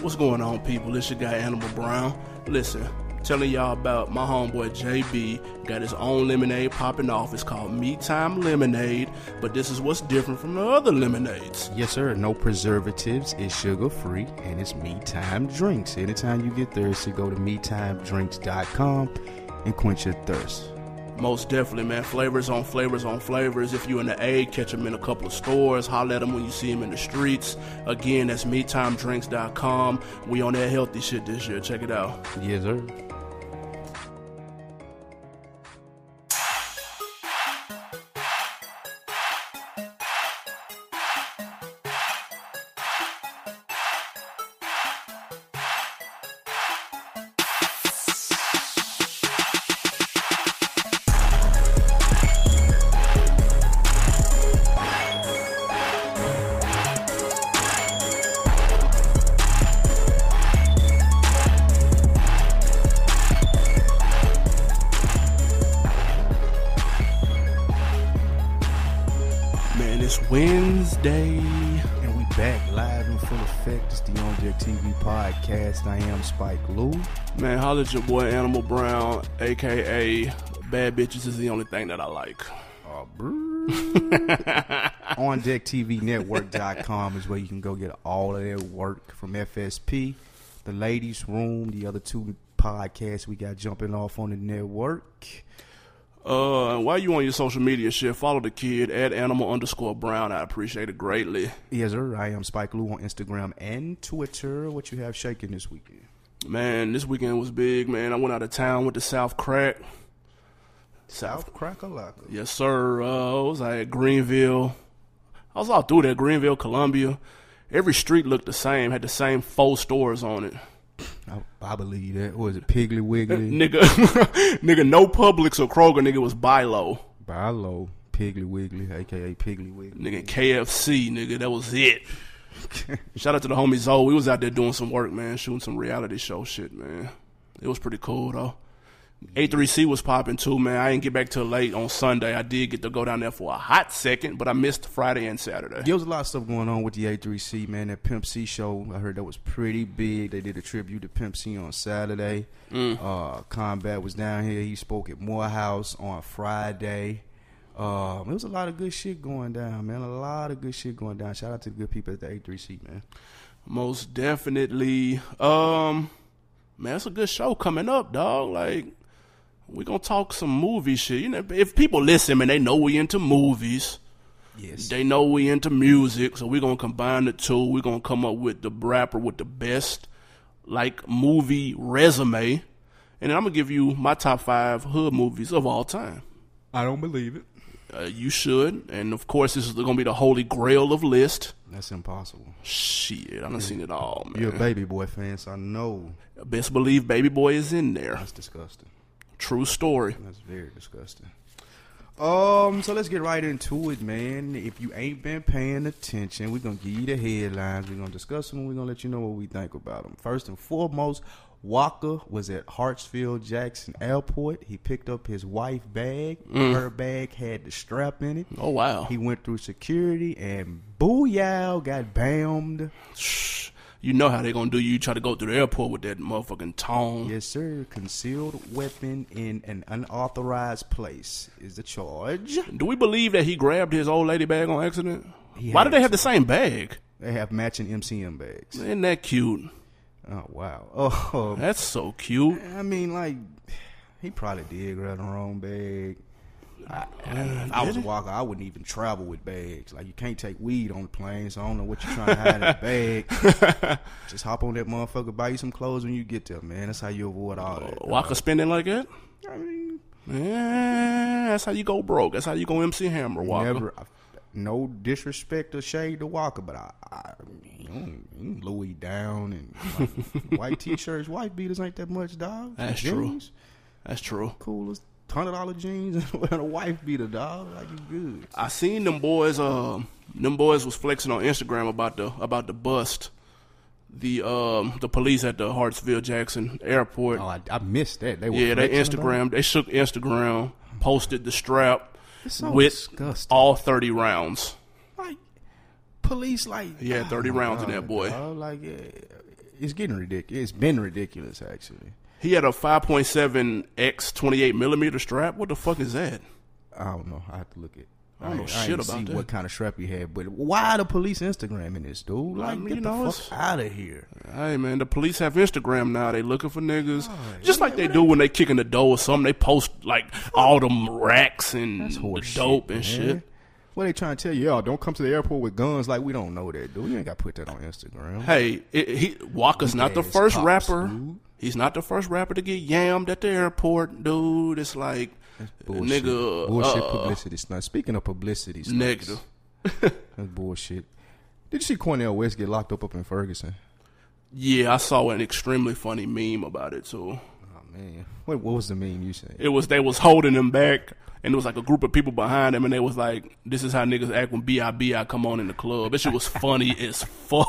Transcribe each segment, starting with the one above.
What's going on, people? It's your guy Animal Brown. Listen, telling y'all about my homeboy JB. Got his own lemonade popping off. It's called Me Time Lemonade, but this is what's different from the other lemonades. Yes, sir. No preservatives. It's sugar free and it's Me Time Drinks. Anytime you get thirsty, go to MeTimeDrinks.com and quench your thirst. Most definitely, man. Flavors on flavors on flavors. If you're in the aid, catch them in a couple of stores. Holler at them when you see them in the streets. Again, that's MeTimeDrinks.com. We on that healthy shit this year. Check it out. Yes, sir. Man, it's Wednesday. And we back live in full effect. It's the On Deck TV podcast. I am Spike Lou. Man, holler at your boy Animal Brown, aka Bad Bitches is the only thing that I like. Uh, On Deck TV Network.com is where you can go get all of their work from FSP, The Ladies Room, the other two podcasts we got jumping off on the network. Uh, while you on your social media shit, follow the kid at animal underscore brown. I appreciate it greatly. Yes, sir. I am Spike Lou on Instagram and Twitter. What you have shaking this weekend? Man, this weekend was big, man. I went out of town with the South Crack. South, Crackalaka. yes, sir. Uh, I was out at Greenville. I was all through there, Greenville, Columbia. Every street looked the same, had the same four stores on it. I, I believe that. Was it Piggly Wiggly? Nigga, nigga, no Publix or Kroger, nigga, was buy low. Bilo. Piggly Wiggly, aka Piggly Wiggly. Nigga, KFC, nigga, that was it. Shout out to the homie Zoe. We was out there doing some work, man, shooting some reality show shit, man. It was pretty cool though. A3C was popping too, man. I didn't get back till late on Sunday. I did get to go down there for a hot second, but I missed Friday and Saturday. There was a lot of stuff going on with the A3C, man. That Pimp C show, I heard that was pretty big. They did a tribute to Pimp C on Saturday. Uh, Combat was down here. He spoke at Morehouse on Friday. Um, there was a lot of good shit going down, man. A lot of good shit going down. Shout out to the good people at the A3C, man. Most definitely. Um man, it's a good show coming up, dog. Like we gonna talk some movie shit. You know, if people listen and they know we into movies, Yes. They know we into music, so we're gonna combine the two. We're gonna come up with the rapper with the best like movie resume. And then I'm gonna give you my top five hood movies of all time. I don't believe it. Uh, you should, and of course, this is gonna be the holy grail of list. That's impossible. Shit, I done seen it all, man. You're a Baby Boy fan, so I know Best believe Baby Boy is in there. that's disgusting. True story. That's very disgusting. Um, so let's get right into it, man. If you ain't been paying attention, we're gonna give you the headlines. We're gonna discuss them. We're gonna let you know what we think about them. First and foremost, Walker was at Hartsfield Jackson Airport. He picked up his wife bag. Her bag had the strap in it. Oh wow. He went through security and booyah got bammed. Shh. You know how they gonna do you. You try to go through the airport with that motherfucking tone. Yes, sir. Concealed weapon in an unauthorized place is the charge. Do we believe that he grabbed his old lady bag on accident? He Why do had they have the same bag? They have matching MCM bags. Isn't that cute? Oh wow. Oh, That's so cute. I mean, like he probably did grab the wrong bag. I, if I was a walker. I wouldn't even travel with bags. Like you can't take weed on the plane, so I don't know what you're trying to hide in a bag. Just hop on that motherfucker, buy you some clothes when you get there, man. That's how you avoid all that. Uh, Walker spending like that? Oh. I mean, Yeah, that's how you go broke. That's how you go MC Hammer Walker. never. I, no disrespect or shade to Walker, but I, I you don't- you don't Louis down and like, white t-shirts, white beaters ain't that much, dog. That's true. Jeans. That's true. coolest hundred dollar jeans and wearing a wife beater, dog. Like you good. I seen them boys. Um, them boys was flexing on Instagram about the about the bust, the um the police at the Hartsville Jackson Airport. Oh, I, I missed that. They were yeah, they flexing, dog. Instagram. They shook Instagram, posted the strap It's so with disgusting. all thirty rounds. Like police, like Oh, He had 30 rounds in that boy. dog, like yeah, it's getting ridiculous. It's been ridiculous actually. He had a 5.7 x 28 millimeter strap. What the fuck is that? I don't know. I have to look at. I don't know ain't- shit ain't about see that. What kind of strap he had, but why the police Instagramming this dude? Like, I mean, get you the know, it's- fuck out of here. Hey man, the police have Instagram now. They looking for niggas, Oh, just like they do when they kick in the door or something. They post like all them racks and That's the horse dope shit, and man. shit. What they trying to tell you? Y'all don't come to the airport with guns. Like we don't know that, dude. You ain't got to put that on Instagram. Hey, it, he Walker's not the Weak-ass first cops, rapper. dude. He's not the first rapper to get yammed at the airport, dude. It's like Bullshit. nigga, bullshit uh, publicity stunts. Speaking of publicity stunts, negative. That's bullshit. Did you see Cornell West get locked up up in Ferguson? Yeah, I saw an extremely funny meme about it too. Oh man, what what was the meme you said? It was they was holding him back, and it was like a group of people behind him, and they was like, "This is how niggas act when B.I.B.I. come on in the club." That shit was funny as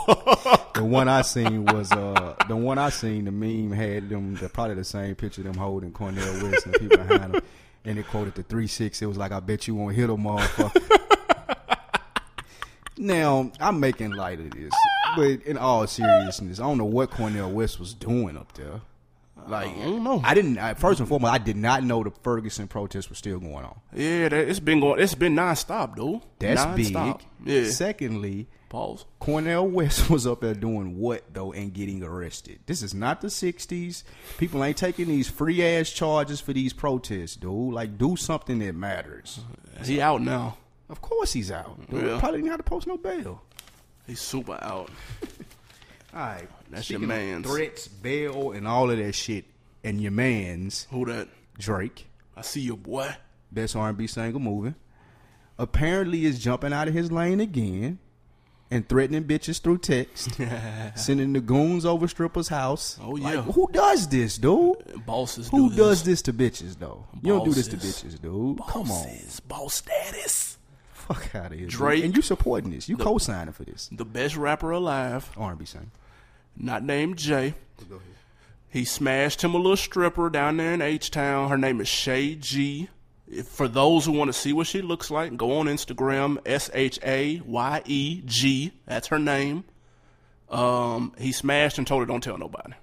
fuck. The one I seen was uh the one I seen the meme had them the, probably the same picture of them holding Cornell West and people behind him, and it quoted the three six. It was like I bet you won't hit them motherfucker. now I'm making light of this, but in all seriousness, I don't know what Cornell West was doing up there. Like I don't know. didn't. I, first and foremost, I did not know the Ferguson protest was still going on. Yeah, that, it's been going. It's been nonstop, dude. That's nonstop. big. Yeah. Secondly, Pause. Cornell West was up there doing what though and getting arrested. This is not the '60s. People ain't taking these free ass charges for these protests, dude. Like, do something that matters. He out now. Of course, he's out. Dude. Yeah. Probably didn't have to post no bail. He's super out. All right, That's your speaking of man's. Threats, bail, and all of that shit, and your man's Who that? Drake, I see your boy. best R&B single moving. Apparently, is jumping out of his lane again. And threatening bitches through text, sending the goons over strippers' house. Oh, Like, yeah. who does this, dude? Bosses. Who do does this to bitches though? You don't do this to Bosses. bitches, dude. This. Come on, Bosses. Boss status. fuck out of here, dude. Drake. And you supporting this? You co-signing for this The best rapper alive, R&B song? not named Jay. He smashed him a little stripper down there in H Town. Her name is Shay G. If- For those who want to see what she looks like, go on Instagram, S H A Y E G. That's her name. Um, he smashed and told her don't tell nobody.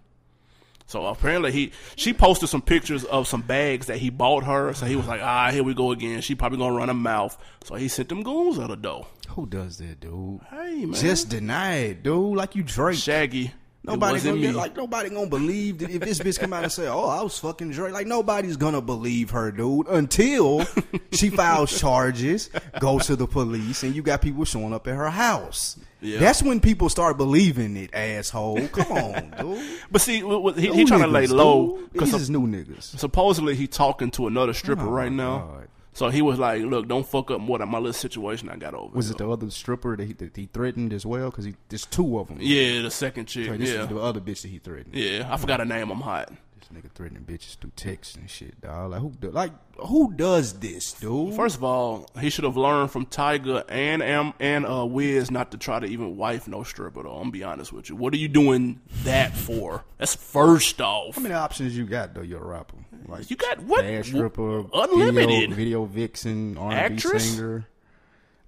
So apparently he she posted some pictures of some bags that he bought her. So he was like, ah, here we go again. She probably gonna run her mouth. So he sent them goons out the door. Who does that, dude? Hey man, Just deny it, dude. Like you Drake. Shaggy. it Nobody wasn't gonna me. get, like nobody gonna believe that if this bitch come out and say, "Oh, I was fucking Drake," like nobody's gonna believe her, dude. Until she files charges, goes to the police, and you got people showing up at her house. Yeah. That's when people start believing it, asshole. Come on, dude. but see, what- what- he, New he trying to lay niggas, low dude. because These is new niggas. supposedly he talking to another stripper right now. Oh, God. So he was like, "Look, don't fuck up more than my little situation I got over." Was it the other stripper that he, that he threatened as well? Because there's two of them. yeah, the second chick. Like, this yeah, is the other bitch that he threatened. yeah. I forgot her name. I'm hot. This nigga threatening bitches through text and shit, dog. Like who, do, like who does this, dude? First of all, he should have learned from Tiger and Am and uh, Wiz not to try to even wife no stripper. Though I'm gonna be honest with you, what are you doing that for? That's first off. How many options you got though? You're a rapper, like you got what? bad stripper, Unlimited. video, video vixen, R&B Actress? singer.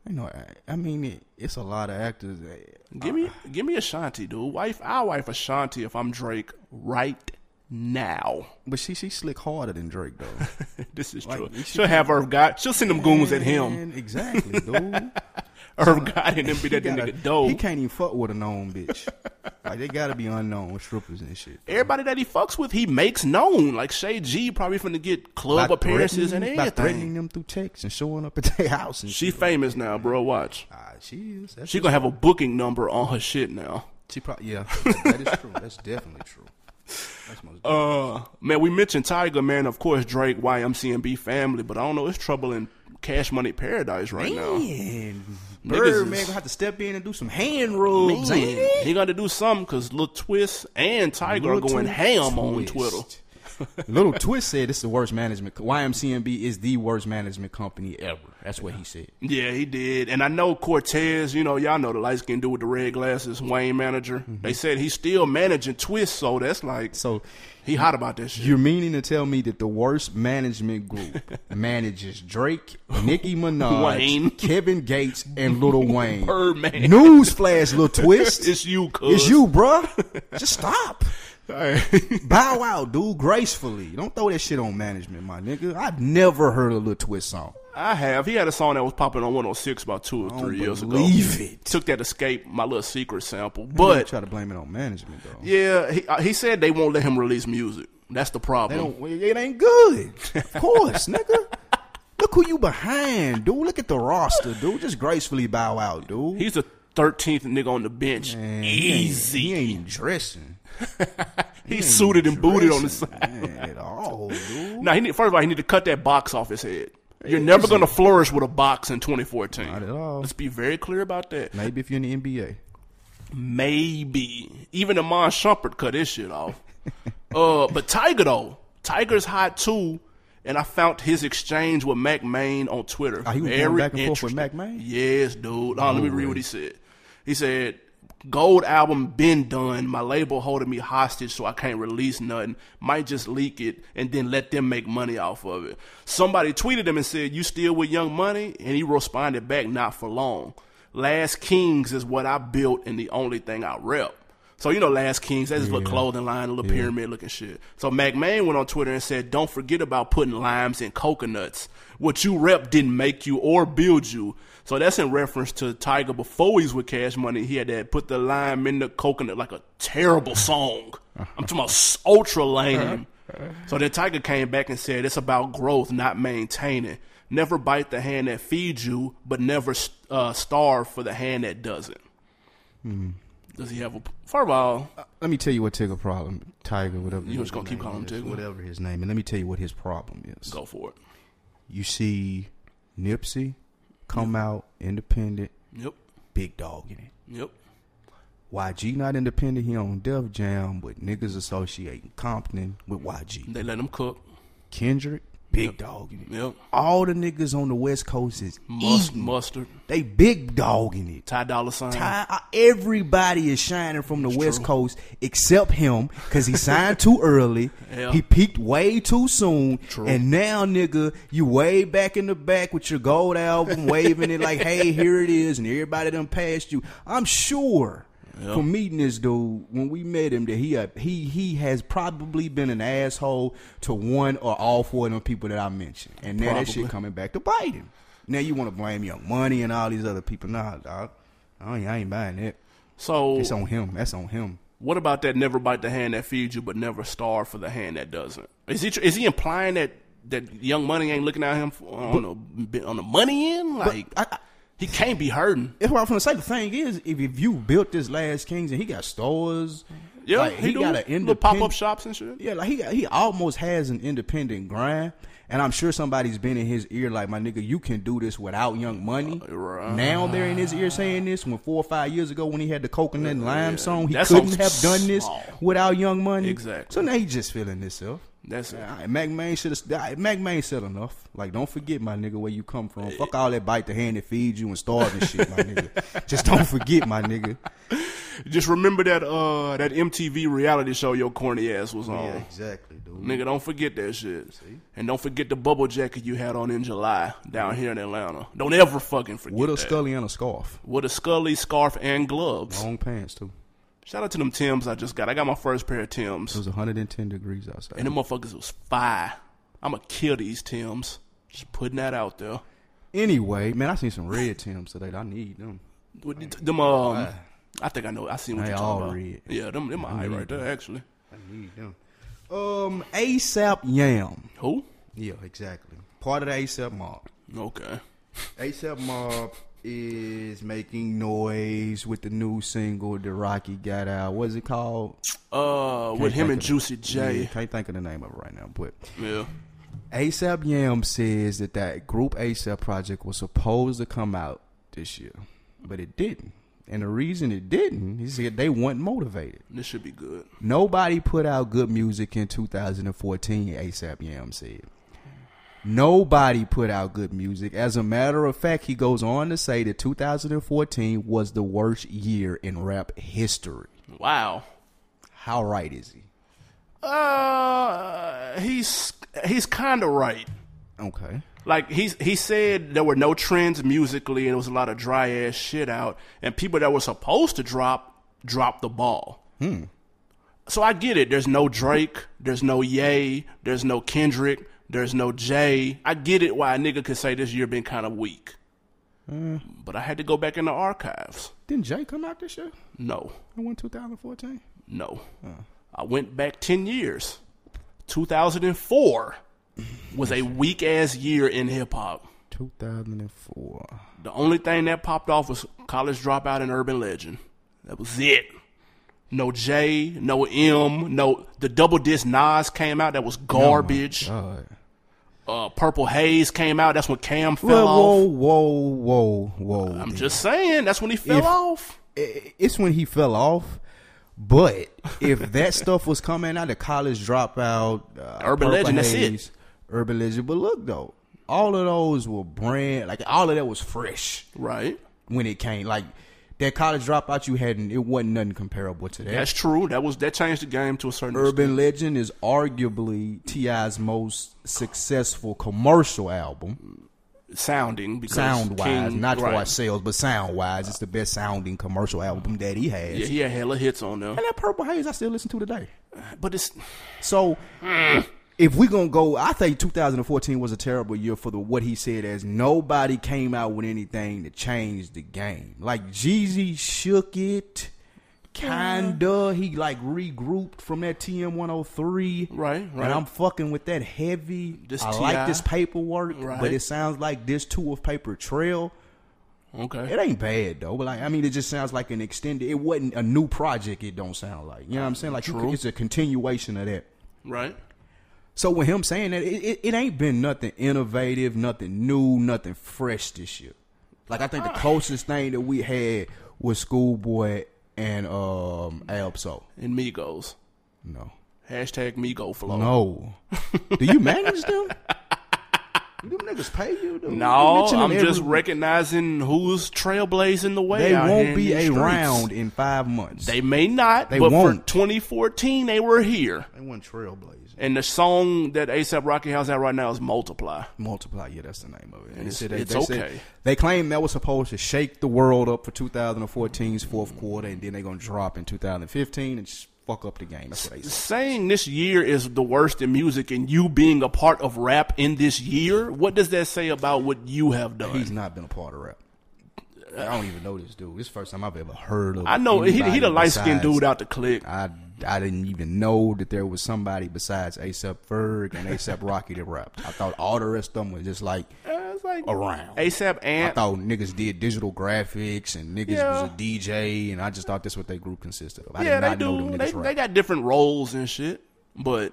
You know, I, I mean, it, it's a lot of actors. that- Give me, give me Ashanti, dude. Wife, I wife Ashanti if I'm Drake right now. But she she slick harder than Drake though. this is true. She'll have Irv God. She'll send them goons at him. Man, exactly, dude. Irv God and then be that He gotta- nigga dope. He can't even fuck with a known bitch. like they gotta be unknown strippers and shit. Everybody that he fucks with, he makes known. Like Shay G probably finna get club By appearances and threatening- by threatening everything. them through text and showing up at their house and She shit. famous now, bro. Watch. Ah, she is. That's She she, gonna have a booking number on her shit now. she probably yeah. that is true. That's definitely true. That's most. Uh, man, we mentioned Tiger, man. Of course, Drake, YMCMB family, but I don't know. It's trouble in Cash Money Paradise right now. man, Bird man is- gonna have to step in and do some hand rubs. ain't Man, it? he got to do something because Lil Twist and Tiger are Little going twist. ham on Twitter. Little Twist said it's the worst management. co- YMCMB is the worst management company ever. That's what he said. Yeah, he did. And I know Cortez, you know, y'all know the light skinned dude with the red glasses, Wayne manager. Mm-hmm. They said he's still managing Twist, so that's like So he hot about that shit. you're meaning to tell me that the worst management group manages Drake, Nicki Minaj, Wayne. Kevin Gates, and Little Wayne. Birdman. Newsflash, Little Twist. It's you, cuz. It's you, bruh. Just stop. Hey. Bow wow, dude, gracefully. Don't throw that shit on management, my nigga. I've never heard a Little Twist song. I have. He had a song that was popping on 106 about two or three years ago. believe it. Took that escape, my little secret sample. But But try to blame it on management though. yeah, he, uh, he said they won't let him release music. That's the They problem. don't, well, it ain't good. Of course, nigga. Look who you behind, dude. Look at the roster, dude. Just gracefully bow out, dude. He's the 13th nigga on the bench. Man, he ain't- Easy. He ain't even dressing. Hmm. He's suited and booted on the side. Man, at all, dude. Now he need, first of all, he need to cut that box off his head. You're never going to flourish with a box in 2014. Not at all. Let's be very clear about that. Maybe if you're in the NBA. Maybe even Amon Shumpert cut his shit off. uh, but Tiger though, Tiger's hot too. And I found his exchange with Mac Main on Twitter. Oh, he was going very back and forth with interesting. Mac Main? Yes, dude. Uh, let me read what he said. He said, "Gold album been done. My label holding me hostage, so I can't release nothing. Might just leak it and then let them make money off of it." Somebody tweeted him and said, "You still with Young Money?" And he responded back, "Not for long. Last Kings is what I built and the only thing I rep." So you know, Last Kings, that's just a clothing line, a little pyramid looking shit. So McMahon went on Twitter and said, "Don't forget about putting limes in coconuts. What you rep didn't make you or build you." So that's in reference to Tiger before he's with Cash Money. He had that put the lime in the coconut, like a terrible song. I'm talking about s- ultra lame. So then Tiger came back and said, "It's about growth, not maintaining. Never bite the hand that feeds you, but never uh, starve for the hand that doesn't." Does he have a? First of all, Let me tell you what Tigger problem, Tiger, whatever. You just gonna keep calling him Tigger? whatever his name. And let me tell you what his problem is. go for it. You see, Nipsey come out independent, Yep. big dog in it. Yep. YG not independent. He on Def Jam, but niggas associating Compton with YG. They let him cook. Kendrick, big dog in it. Yep. All the niggas on the West Coast is Must, eating. mustard. They big dog in it. Ty Dolla Sign. Ty- uh, Everybody is shining from the West Coast except him because he signed too early. Yeah. He peaked way too soon. And now, nigga, you way back in the back with your gold album, waving it like, hey, here it is. And everybody done passed you. I'm sure. From meeting this dude, when we met him, that he a, he he has probably been an asshole to one or all four of them people that I mentioned, and now that shit Probably. coming back to bite him. Now you want to blame Young Money and all these other people? Nah, dog. I ain't, I ain't buying that. So, It's on him. That's on him. what about that? Never bite the hand that feeds you, but never starve for the hand that doesn't. Is he? tr- Is he implying that that Young Money ain't looking at him for, on the on the money end? Like I- I- he can't be hurting. That's what I'm gonna say. The thing is, if, if you built this Last Kings and he got stores, Yeah, like, he, do got an little pop up independent- shops and shit. Yeah, like he got, he almost has an independent grind, and I'm sure somebody's been in his ear like, my nigga, you can do this without Young Money. Uh, right. Now they're in his ear saying this. When four or five years ago, when he had the coconut and lime song, he That couldn't have song's done this small. without Young Money. Exactly. So now he just feeling himself. That's it. All right, Mac Main should have. Mac Main said enough. Like, don't forget, my nigga, where you come from. Fuck all that bite the hand that feeds you and starve and shit, my nigga. Just don't forget, my nigga. Just remember that uh that MTV reality show your corny ass was on. Oh. exactly, dude. Nigga, don't forget that shit. And don't forget the bubble jacket you had on in July down here in Atlanta. Don't ever fucking forget With a that. scully and a scarf, With a Scully scarf and gloves. long pants too. Shout out to them Tims I just got. I got my first pair of Tims. It was 110 degrees outside. And them motherfuckers was fire. I'ma kill these Tims. Just putting that out there. Anyway, man, I seen some red Tims today. I need them. With th- them um I think I know I seen what They you're all talking about. red. Yeah, them them all right, right there actually. I need them. Um, ASAP Yam. Who? Yeah, exactly. Part of the ASAP mob. Okay. ASAP Mob is making noise with the new single that Rocky got out. What's it called? Uh with him and think of it. Juicy Yeah, J. can't think of the name of it right now, but Yeah. ASAP Yam says that that group ASAP project was supposed to come out this year, but it didn't. And the reason it didn't, he said they weren't motivated. This should be good. Nobody put out good music in 2014, ASAP Yam said. Nobody put out good music. As a matter of fact, he goes on to say that 2014 was the worst year in rap history. Wow. How right is he? Uh, he's he's kind of right. Okay. Like he's he said there were no trends musically and it was a lot of dry ass shit out and people that were supposed to drop dropped the ball. So I get it. There's no Drake, there's no Ye, there's no Kendrick, there's no Jay. I get it why a nigga could say this year been kind of weak. But I had to go back in the archives. Didn't Jay come out this year? No. I won 2014. No. I went back 10 years. 2004 was a weak ass year in hip hop. 2004. The only thing that popped off was College Dropout and Urban Legend. That was it. No J, no M, no. The double disc Nas came out. That was garbage. Oh God. uh, Purple Haze came out. That's when Cam fell Well, off. whoa, whoa, whoa, whoa. I'm just saying. That's when he fell If- off. I- it's when he fell off. But if that stuff was coming out of college dropout, uh, Urban Purple Legend, that's it. Urban Legend. But look though, all of those were brand like all of that was fresh Right. when it came. Like that college dropout you had, it wasn't nothing comparable to that. That's true. That was that changed the game to a certain extent. Urban Legend is arguably Ti's most successful commercial album, sounding because sound wise, King- not right. for sales, but sound wise. It's the best sounding commercial album that he has. Yeah, he had hella hits on there, And that Purple Haze, I still listen to today. but it's So Hmm. if we're gonna go, I think 2014 was a terrible year for the what he said as nobody came out with anything to change the game. Like Jeezy shook it. Kinda, he like regrouped from that TM 103, Right, right. And I'm fucking with that heavy. This I like TI. this paperwork, Right. but it sounds like this two of paper trail. okay. It ain't bad though, but like I mean, it just sounds like an extended. It wasn't a new project. It don't sound like you know what I'm saying. Like True. it's a continuation of that. Right. So with him saying that, it, it, it ain't been nothing innovative, nothing new, nothing fresh this year. Like I think the closest thing that we had was Schoolboy and um Alpso. And Migos. No. Hashtag Migo flow. No. Oh. Do you manage them? them niggas pay you, dude. You No, mention them I'm just every- recognizing who's trailblazing the way. They out here won't in be these streets. around in five months. They may not, They but won't. for 2014, they were here. they went trailblazing. And the song that ASAP Rocky has out right now is Multiply. Multiply, yeah, that's the name of it. And It's- they, it's they said- okay. they claim that was supposed to shake the world up for 2014's fourth quarter, and then they're gonna drop in 2015 and just fuck up the game. That's what they said. Saying this year is the worst in music and you being a part of rap in this year, what does that say about what you have done? He's not been a part of rap. I don't even know this dude. This is the first time I've ever heard of. I know he, he anybody the light skinned besides- dude out the clique. I I didn't even know that there was somebody besides ASAP Ferg and ASAP Rocky that rapped. I thought all the rest of them was just like I was Uh, like, around. ASAP I Ant. thought niggas did digital graphics and niggas Yeah. was a DJ, and I just thought that's what they group consisted of. I Yeah, did not they do. know them They, niggas they rap. got different roles and shit. But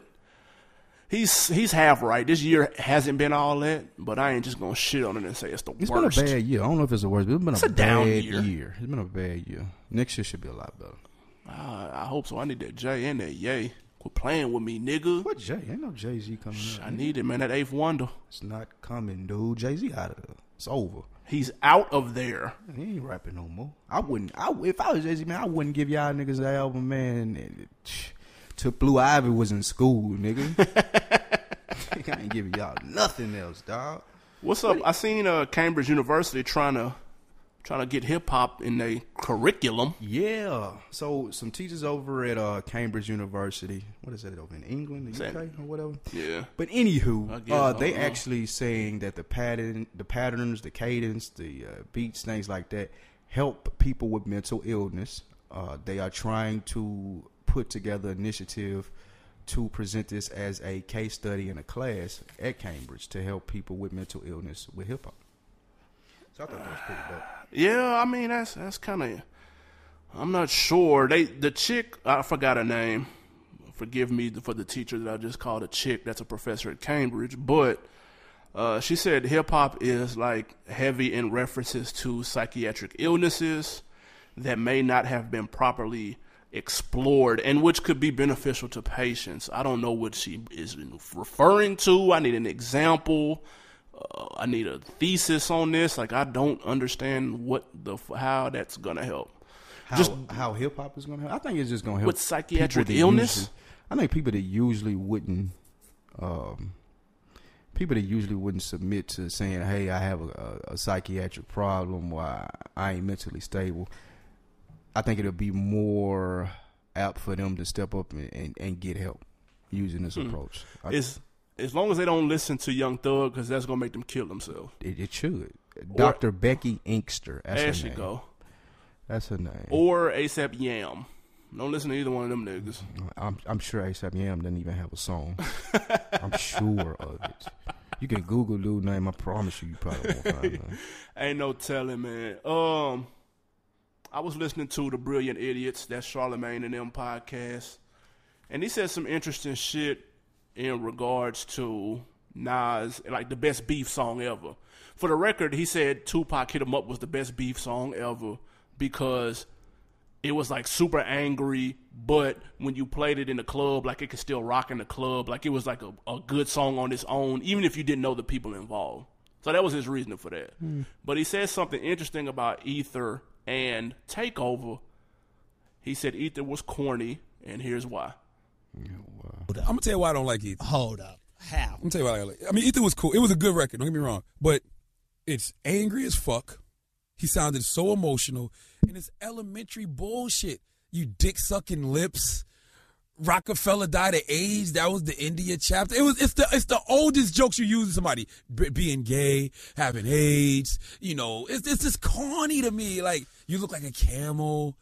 he's he's half right. This year hasn't been all that, but I ain't just gonna shit on it and say it's the It's worst. been a bad year. I don't know if it's the worst, but it's been a, a down bad year. It's been a bad year. Next year should be a lot better. Uh, I hope so. I need that J and that Yay. Quit playing with me, nigga. What Jay? Ain't no Jay Z coming. I need it, man. That eighth wonder. It's not coming, dude. Jay Z out of there. It's over. He's out of there. He ain't rapping no more. I wouldn't. I if I was Jay Z man, I wouldn't give y'all niggas that album, man. And it- Till Blue Ivy was in school, nigga. I ain't giving y'all nothing else, dog. What's up? I seen uh, Cambridge University trying to trying to get hip hop in their curriculum. Yeah. So some teachers over at uh, Cambridge University. What is that over in England, the that- UK, or whatever? Yeah. But anywho, guess, uh, I they don't know. actually saying that the pattern, the patterns, the cadence, the uh, beats, things like that, help people with mental illness. Uh, they are trying to put together initiative to present this as a case study in a class at Cambridge to help people with mental illness with hip hop. So I thought that was pretty dope. Yeah, I mean that's that's kind of. I'm not sure. They the chick I forgot her name. Forgive me for the teacher that I just called a chick. That's a professor at Cambridge, but uh, she said hip hop is like heavy in references to psychiatric illnesses, that may not have been properly explored and which could be beneficial to patients. I don't know what she is referring to. I need an example. Uh, I need a thesis on this. Like I don't understand what the how that's gonna help. How, Just- how hip hop is gonna help? I think it's just gonna help With psychiatric people that illness? usually- I think people that usually wouldn't, um, people that usually wouldn't submit to saying, "Hey, I have a, a, a psychiatric problem. Why I ain't mentally stable." I think it'll be more apt for them to step up and, and, and get help using this Hmm. approach. Uh, I, it, It's as long as they don't listen to Young Thug, because that's gonna make them kill themselves. it should. Dr. Becky Inkster. That's There her she name. go. That's her name. Or ASAP Yam. Don't listen to either one of them niggas. I'm I'm sure ASAP Yam doesn't even have a song. I'm sure of it. You can Google dude name. I promise you, you probably won't find none. Ain't no telling, man. Um, I was listening to the Brilliant Idiots, that's Charlemagne and them podcast, and he said some interesting shit in regards to Nas, like the best beef song ever. For the record, he said Tupac "Hit 'Em Up" was the best beef song ever because it was like super angry, but when you played it in the club, like it could still rock in the club. Like it was like a, a good song on its own, even if you didn't know the people involved. So that was his reasoning for that. Hmm. But he said something interesting about Ether and Takeover. He said Ether was corny, and here's why. I'm gonna tell you why I don't like Ether. Hold up. How? I'm gonna tell you why I don't like. I mean, Ether was cool. It was a good record. Don't get me wrong, but it's angry as fuck. He sounded so emotional, and it's elementary bullshit. You dick sucking lips. Rockefeller died of AIDS. That was the India chapter. It was it's the it's the oldest jokes you use to somebody B- being gay, having AIDS. You know, it's it's just corny to me. Like you look like a camel.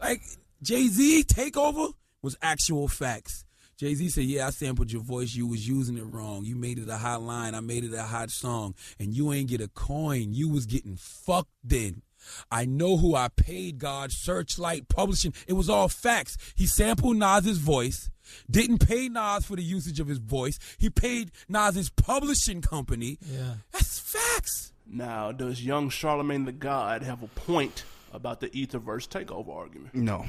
Like Jay Z takeover was actual facts. Jay Z said, "Yeah, I sampled your voice. You was using it wrong. You made it a hot line. I made it a hot song, and you ain't get a coin. You was getting fucked then." I know who I paid God, Searchlight, Publishing. It was all facts. He sampled Nas's voice, didn't pay Nas for the usage of his voice. He paid Nas's publishing company. Yeah. That's facts. Now, does young Charlemagne the God have a point about the Ether versus Takeover argument? No,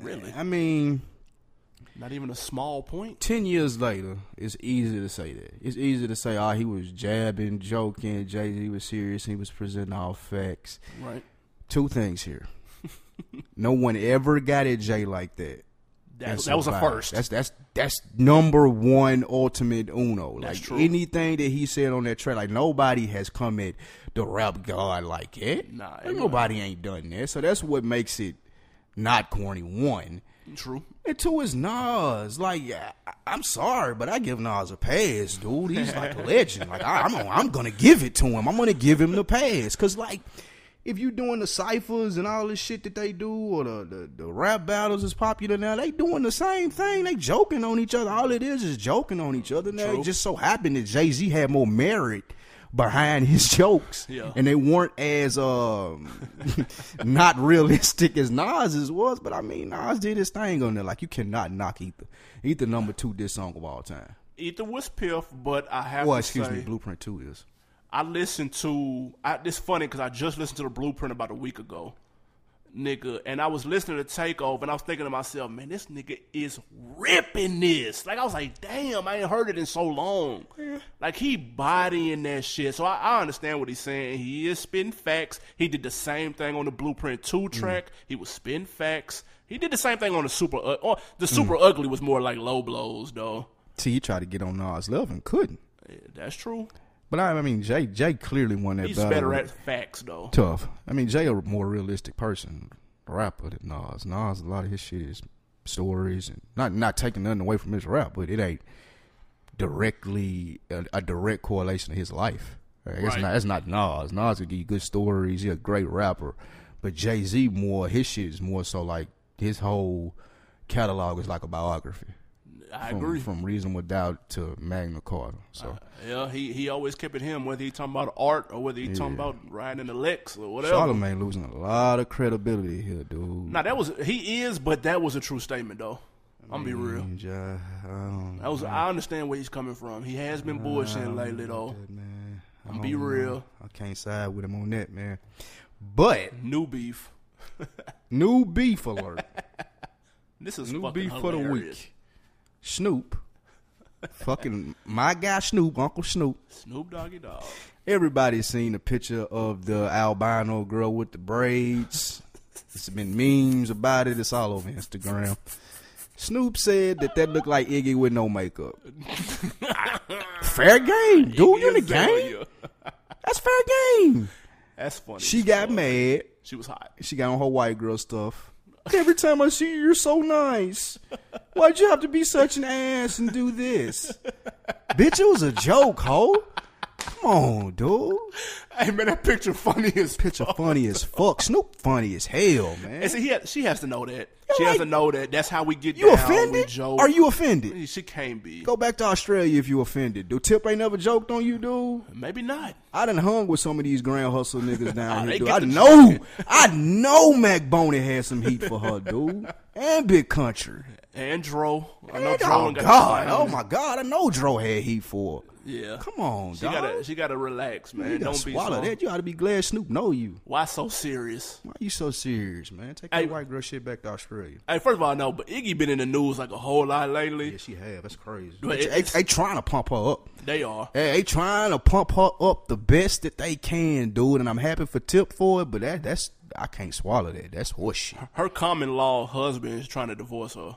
Really? I mean, Not even a small point? ten years later, it's easy to say that. It's easy to say, "Ah, he was jabbing, joking. Jay Z was serious. He was presenting all facts." Right. Two things here. no one ever got at Jay like that. That, and that was a survive. first. That's that's that's number one ultimate uno. That's like true. anything that he said on that track, like nobody has come at the rap god like it. Nah, Like, everybody- nobody ain't done that. So that's what makes it not corny. One True. and two is Nas. Like I, I'm sorry, but I give Nas a pass, dude. He's like a legend. Like I, I'm gonna- I'm gonna give it to him. I'm gonna give him the pass because like. If you doing the ciphers and all this shit that they do, or the, the, the rap battles is popular now, they doing the same thing. They joking on each other. All it is is joking on each other. Now, True. it just so happened that Jay Z had more merit behind his jokes, Yeah. and they weren't as um not realistic as Nas's was, but I mean Nas did his thing on there. Like you cannot knock Ether. Ether number two this song of all time. Ether was piff, but I have Well, to excuse say, me, Blueprint Two is. I listened to. I, it's funny because I just listened to the Blueprint about a week ago, nigga, and I was listening to Takeoff, and I was thinking to myself, man, this nigga is ripping this. Like I was like, damn, I ain't heard it in so long. Like he bodying that shit. So I, I understand what he's saying. He is spitting facts. He did the same thing on the Blueprint Mm. Two track. He was spitting facts. He did the same thing on the super. Uh, or the Mm. super ugly was more like low blows though. See, he tried to get on Nas level and couldn't. Yeah, that's true. But I, I mean, Jay Jay clearly won that He's battle. better with- at facts though. tough. I mean, Jay a more realistic person, rapper than Nas. Nas, a lot of his shit is stories and not not taking nothing away from his rap, but it ain't directly a, a direct correlation to his life. Like, It's Right. not. It's not Nas. Nas will give you good stories. He's a great rapper, but Jay Z more his shit is more so like his whole catalog is like a biography. I From, agree. from Reasonable Doubt to Magna Carta. So Yeah, he, he always kept it him, whether he talking about art or whether he talking about riding the Lex or whatever. Charlamagne losing a lot of credibility here, dude. Now that was he is, but that was a true statement though. I'm be real. And, uh, I don't That was I understand where he's coming from. He has been bullshitting lately though. that, man. I Be don't know. real. I can't side with him on that, man. But New beef. New beef alert. This is New fucking beef for the hilarious. week. Snoop. fucking my guy Snoop, Uncle Snoop. Snoop Doggy Dog. Everybody's seen the picture of the albino girl with the braids. It's been memes about it. It's all over Instagram. Snoop said that that looked like Iggy with no makeup. fair game, dude. In the game, that's fair game. That's funny. She got So, mad. She was hot. She got on her white girl stuff. Every time I see you, you're so nice. Why'd you have to be such an ass and do this? Bitch, it was a joke, ho. Come on, dude. Hey man, that picture funny as Picture funny as fuck. Snoop funny as hell, man. And see, he has, she has to know that. she has like- to know that. That's how we get You down. We offended? joke. Are you offended? She can't be. Go back to Australia if you offended. Dude, Tip ain't never joked on you, dude. Maybe not. I done hung with some of these grand hustle niggas down They here, dude. get I the know, I know Mac Boney had some heat for her, dude. And Big Country. Andro. I know And, Dro oh done got God! the Oh finals. my God! I know Dro had heat for. it. Yeah. Come on, She dog. gotta. She gotta relax, man. you gotta Don't be swallow so- that. You ought to be glad Snoop know you. Why so serious? Why you so serious, man? Take Hey. that white girl shit back to Australia. Hey, first of all, no. But Iggy been in the news like a whole lot lately. Yeah, she have. That's crazy. But They, it's- they trying to pump her up. They are. Hey, they trying to pump her up the best that they can, dude. And I'm happy for Tip for it, but that that's I can't swallow that. That's horseshit. Her common law husband is trying to divorce her.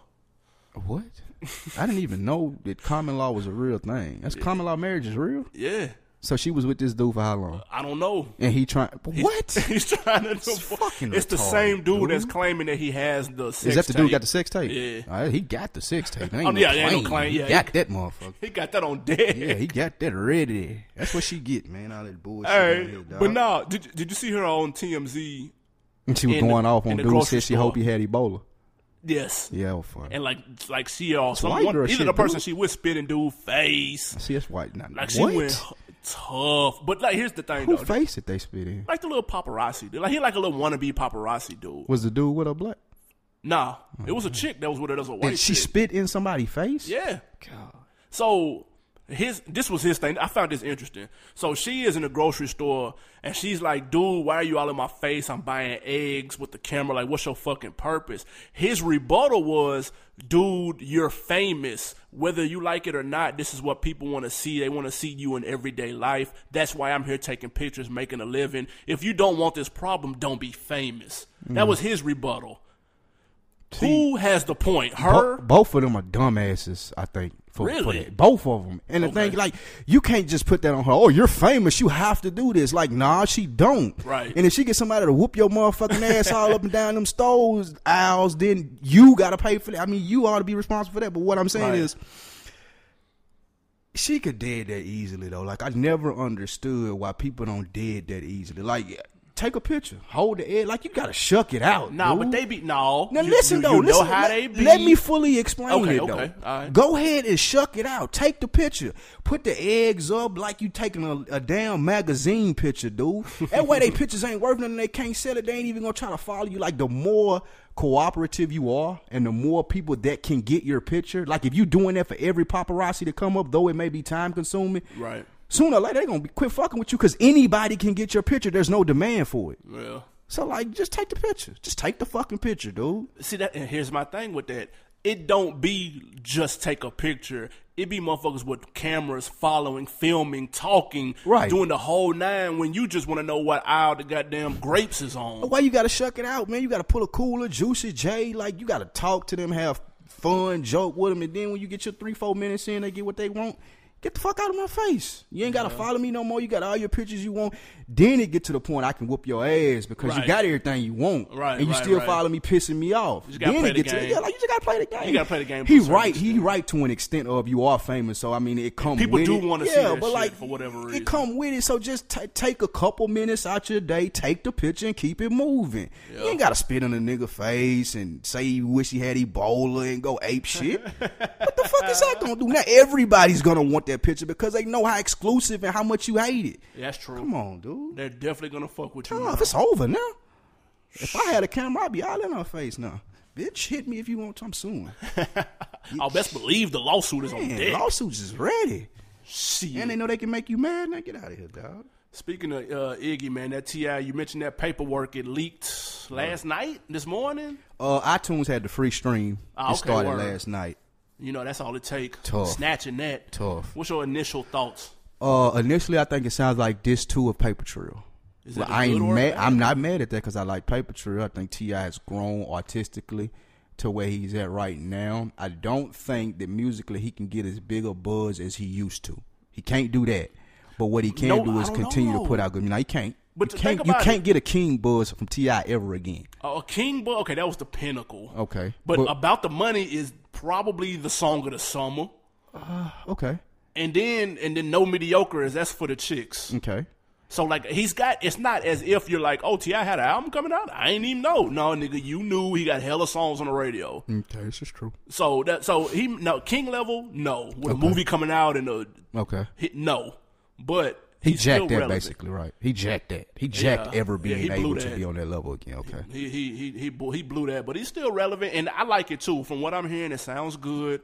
What? I didn't even know that common law was a real thing. That's common law marriage is real. Yeah. So she was with this dude for how long? I don't know. And he trying what? He's trying to. It's, fucking it's the retarded, same dude, dude. that's claiming that he has the. Sex Is that the dude tape. who got the sex tape? Yeah. All right, he got the sex tape. There Ain't Oh, no yeah, claim. yeah, ain't no claim, He yeah. got that motherfucker. He got that on dead. Yeah, he got that ready. That's what she get, man. All that bullshit. Hey, out here, dog. but no, did did you see her on TMZ? And she was in the- going off in on the dude. grocery Said she store. hope he had Ebola. Yes. Yeah, well, fuck. And like like she uh, or white someone girl either shit, the person dude. she was spitting dude face. See, that's white. Now, Like what? she went h- tough. But like here's the thing Who though. face it they spit in? like the little paparazzi dude. Like he like a little wannabe paparazzi dude. Was the dude with a black? Nah. It was a chick that was with her. That was a white And Mm. she chick. spit in somebody's face? Yeah. So his this was his thing. I found this interesting. So she is in a grocery store and she's like, "Dude, why are you all in my face? I'm buying eggs with the camera. Like, what's your fucking purpose?" His rebuttal was, "Dude, you're famous. Whether you like it or not, this is what people want to see. They want to see you in everyday life. That's why I'm here taking pictures, making a living. If you don't want this problem, don't be famous." That was his rebuttal. Who has the point? Her? Bo- both of them are dumbasses, I think. For, for Really? that. Both of them. And the Okay. thing, like, you can't just put that on her. Oh, you're famous. You have to do this. Like, nah, she don't. Right. And if she gets somebody to whoop your motherfucking ass all up and down them stores aisles, then you got to pay for that. I mean, you ought to be responsible for that. But what I'm saying Right. is, she could dead that easily though. Like I never understood why people don't dead that easily. Like take a picture, hold the egg. Like you gotta shuck it out. No, nah, dude. but they be no. Now you, listen you, though, you listen, know how let, they be. let me fully explain Okay, it though. okay, all right. Go ahead and shuck it out. Take the picture. Put the eggs up like you taking a, a damn magazine picture, dude. That way they pictures ain't worth nothing. They can't sell it. They ain't even gonna try to follow you. Like the more cooperative you are, and the more people that can get your picture. Like if you doing that for every paparazzi to come up, though it may be time consuming. right. Sooner or later they gonna be quit fucking with you because anybody can get your picture. There's no demand for it. Well, So like, just take the picture. Just take the fucking picture, dude. see that, and here's my thing with that. It don't be just take a picture. It be motherfuckers with cameras following, filming, talking, Right. doing the whole nine. When you just want to know what aisle the goddamn grapes is on. Why you gotta shuck it out, man? You gotta pull a cooler, juicy J. Like you gotta talk to them, have fun, joke with them, and then when you get your three, four minutes in, they get what they want. Get the fuck out of my face. You ain't gotta follow me no more. You got all your pictures you want. Then it get to the point I can whoop your ass because Right. you got everything you want, Right, And you right, still right. follow me, pissing me off. just gotta then play it the get to game. yeah, like you just gotta play the game. You gotta play the game to He a certain right, he right to an extent of you are famous. So I mean, it come People with do it. wanna see yeah, that but shit like for whatever it reason. come come with it. So just ta take a couple minutes out your day, take the picture, and keep it moving. You ain't gotta spit on a nigga face and say you wish he had Ebola and go ape shit. what the fuck is that gonna do? Now everybody's gonna want that picture because they know how exclusive and how much you hate it. Yeah, That's true. Come on, dude. They're definitely gonna fuck with you. Nah, now. it's over now. If I had a camera, I'd be all in her face now. Bitch, hit me if you want to. I'm suing. I'll best believe the lawsuit is on Man, deck. lawsuits is ready. Shit. And they know they can make you mad. Now get out of here, dog. Speaking of uh, Iggy, man, that Ti you mentioned that paperwork it leaked last night, this morning. Uh, iTunes had the free stream. Ah, it okay, started word. last night. You know that's all it take. Tough. Snatching that. Tough. What's your initial thoughts? Uh, initially, I think it sounds like this too of Paper Trail. Is Well, that a I ain't good or a mad. bad? I'm not mad at that because I like Paper Trail. I think Ti has grown artistically to where he's at right now. I don't think that musically he can get as big a buzz as he used to. He can't do that. But what he can No, do I is don't continue know. to put out good. Now he can't. But you to think can't. You about can't get a king buzz from Ti ever again. Uh, a King Bull. Okay, that was the pinnacle. Okay. But, Oh, But- about the money is probably the song of the summer. Okay. And then and then no mediocre is that's for the chicks. Okay. So like he's got it's not as if you're like, oh T I had an album coming out. I ain't even know. No nigga, you knew he got hella songs on the radio. Okay. This is true. So that so he no king level, no. With a movie coming out and a Okay. hit no. But He he's jacked still that relevant. basically, right? He jacked that. He jacked Yeah. ever Yeah, he being blew able that. to be on that level again. Okay. He he he he blew, he blew that, but he's still relevant, and I like it too. From what I'm hearing, it sounds good.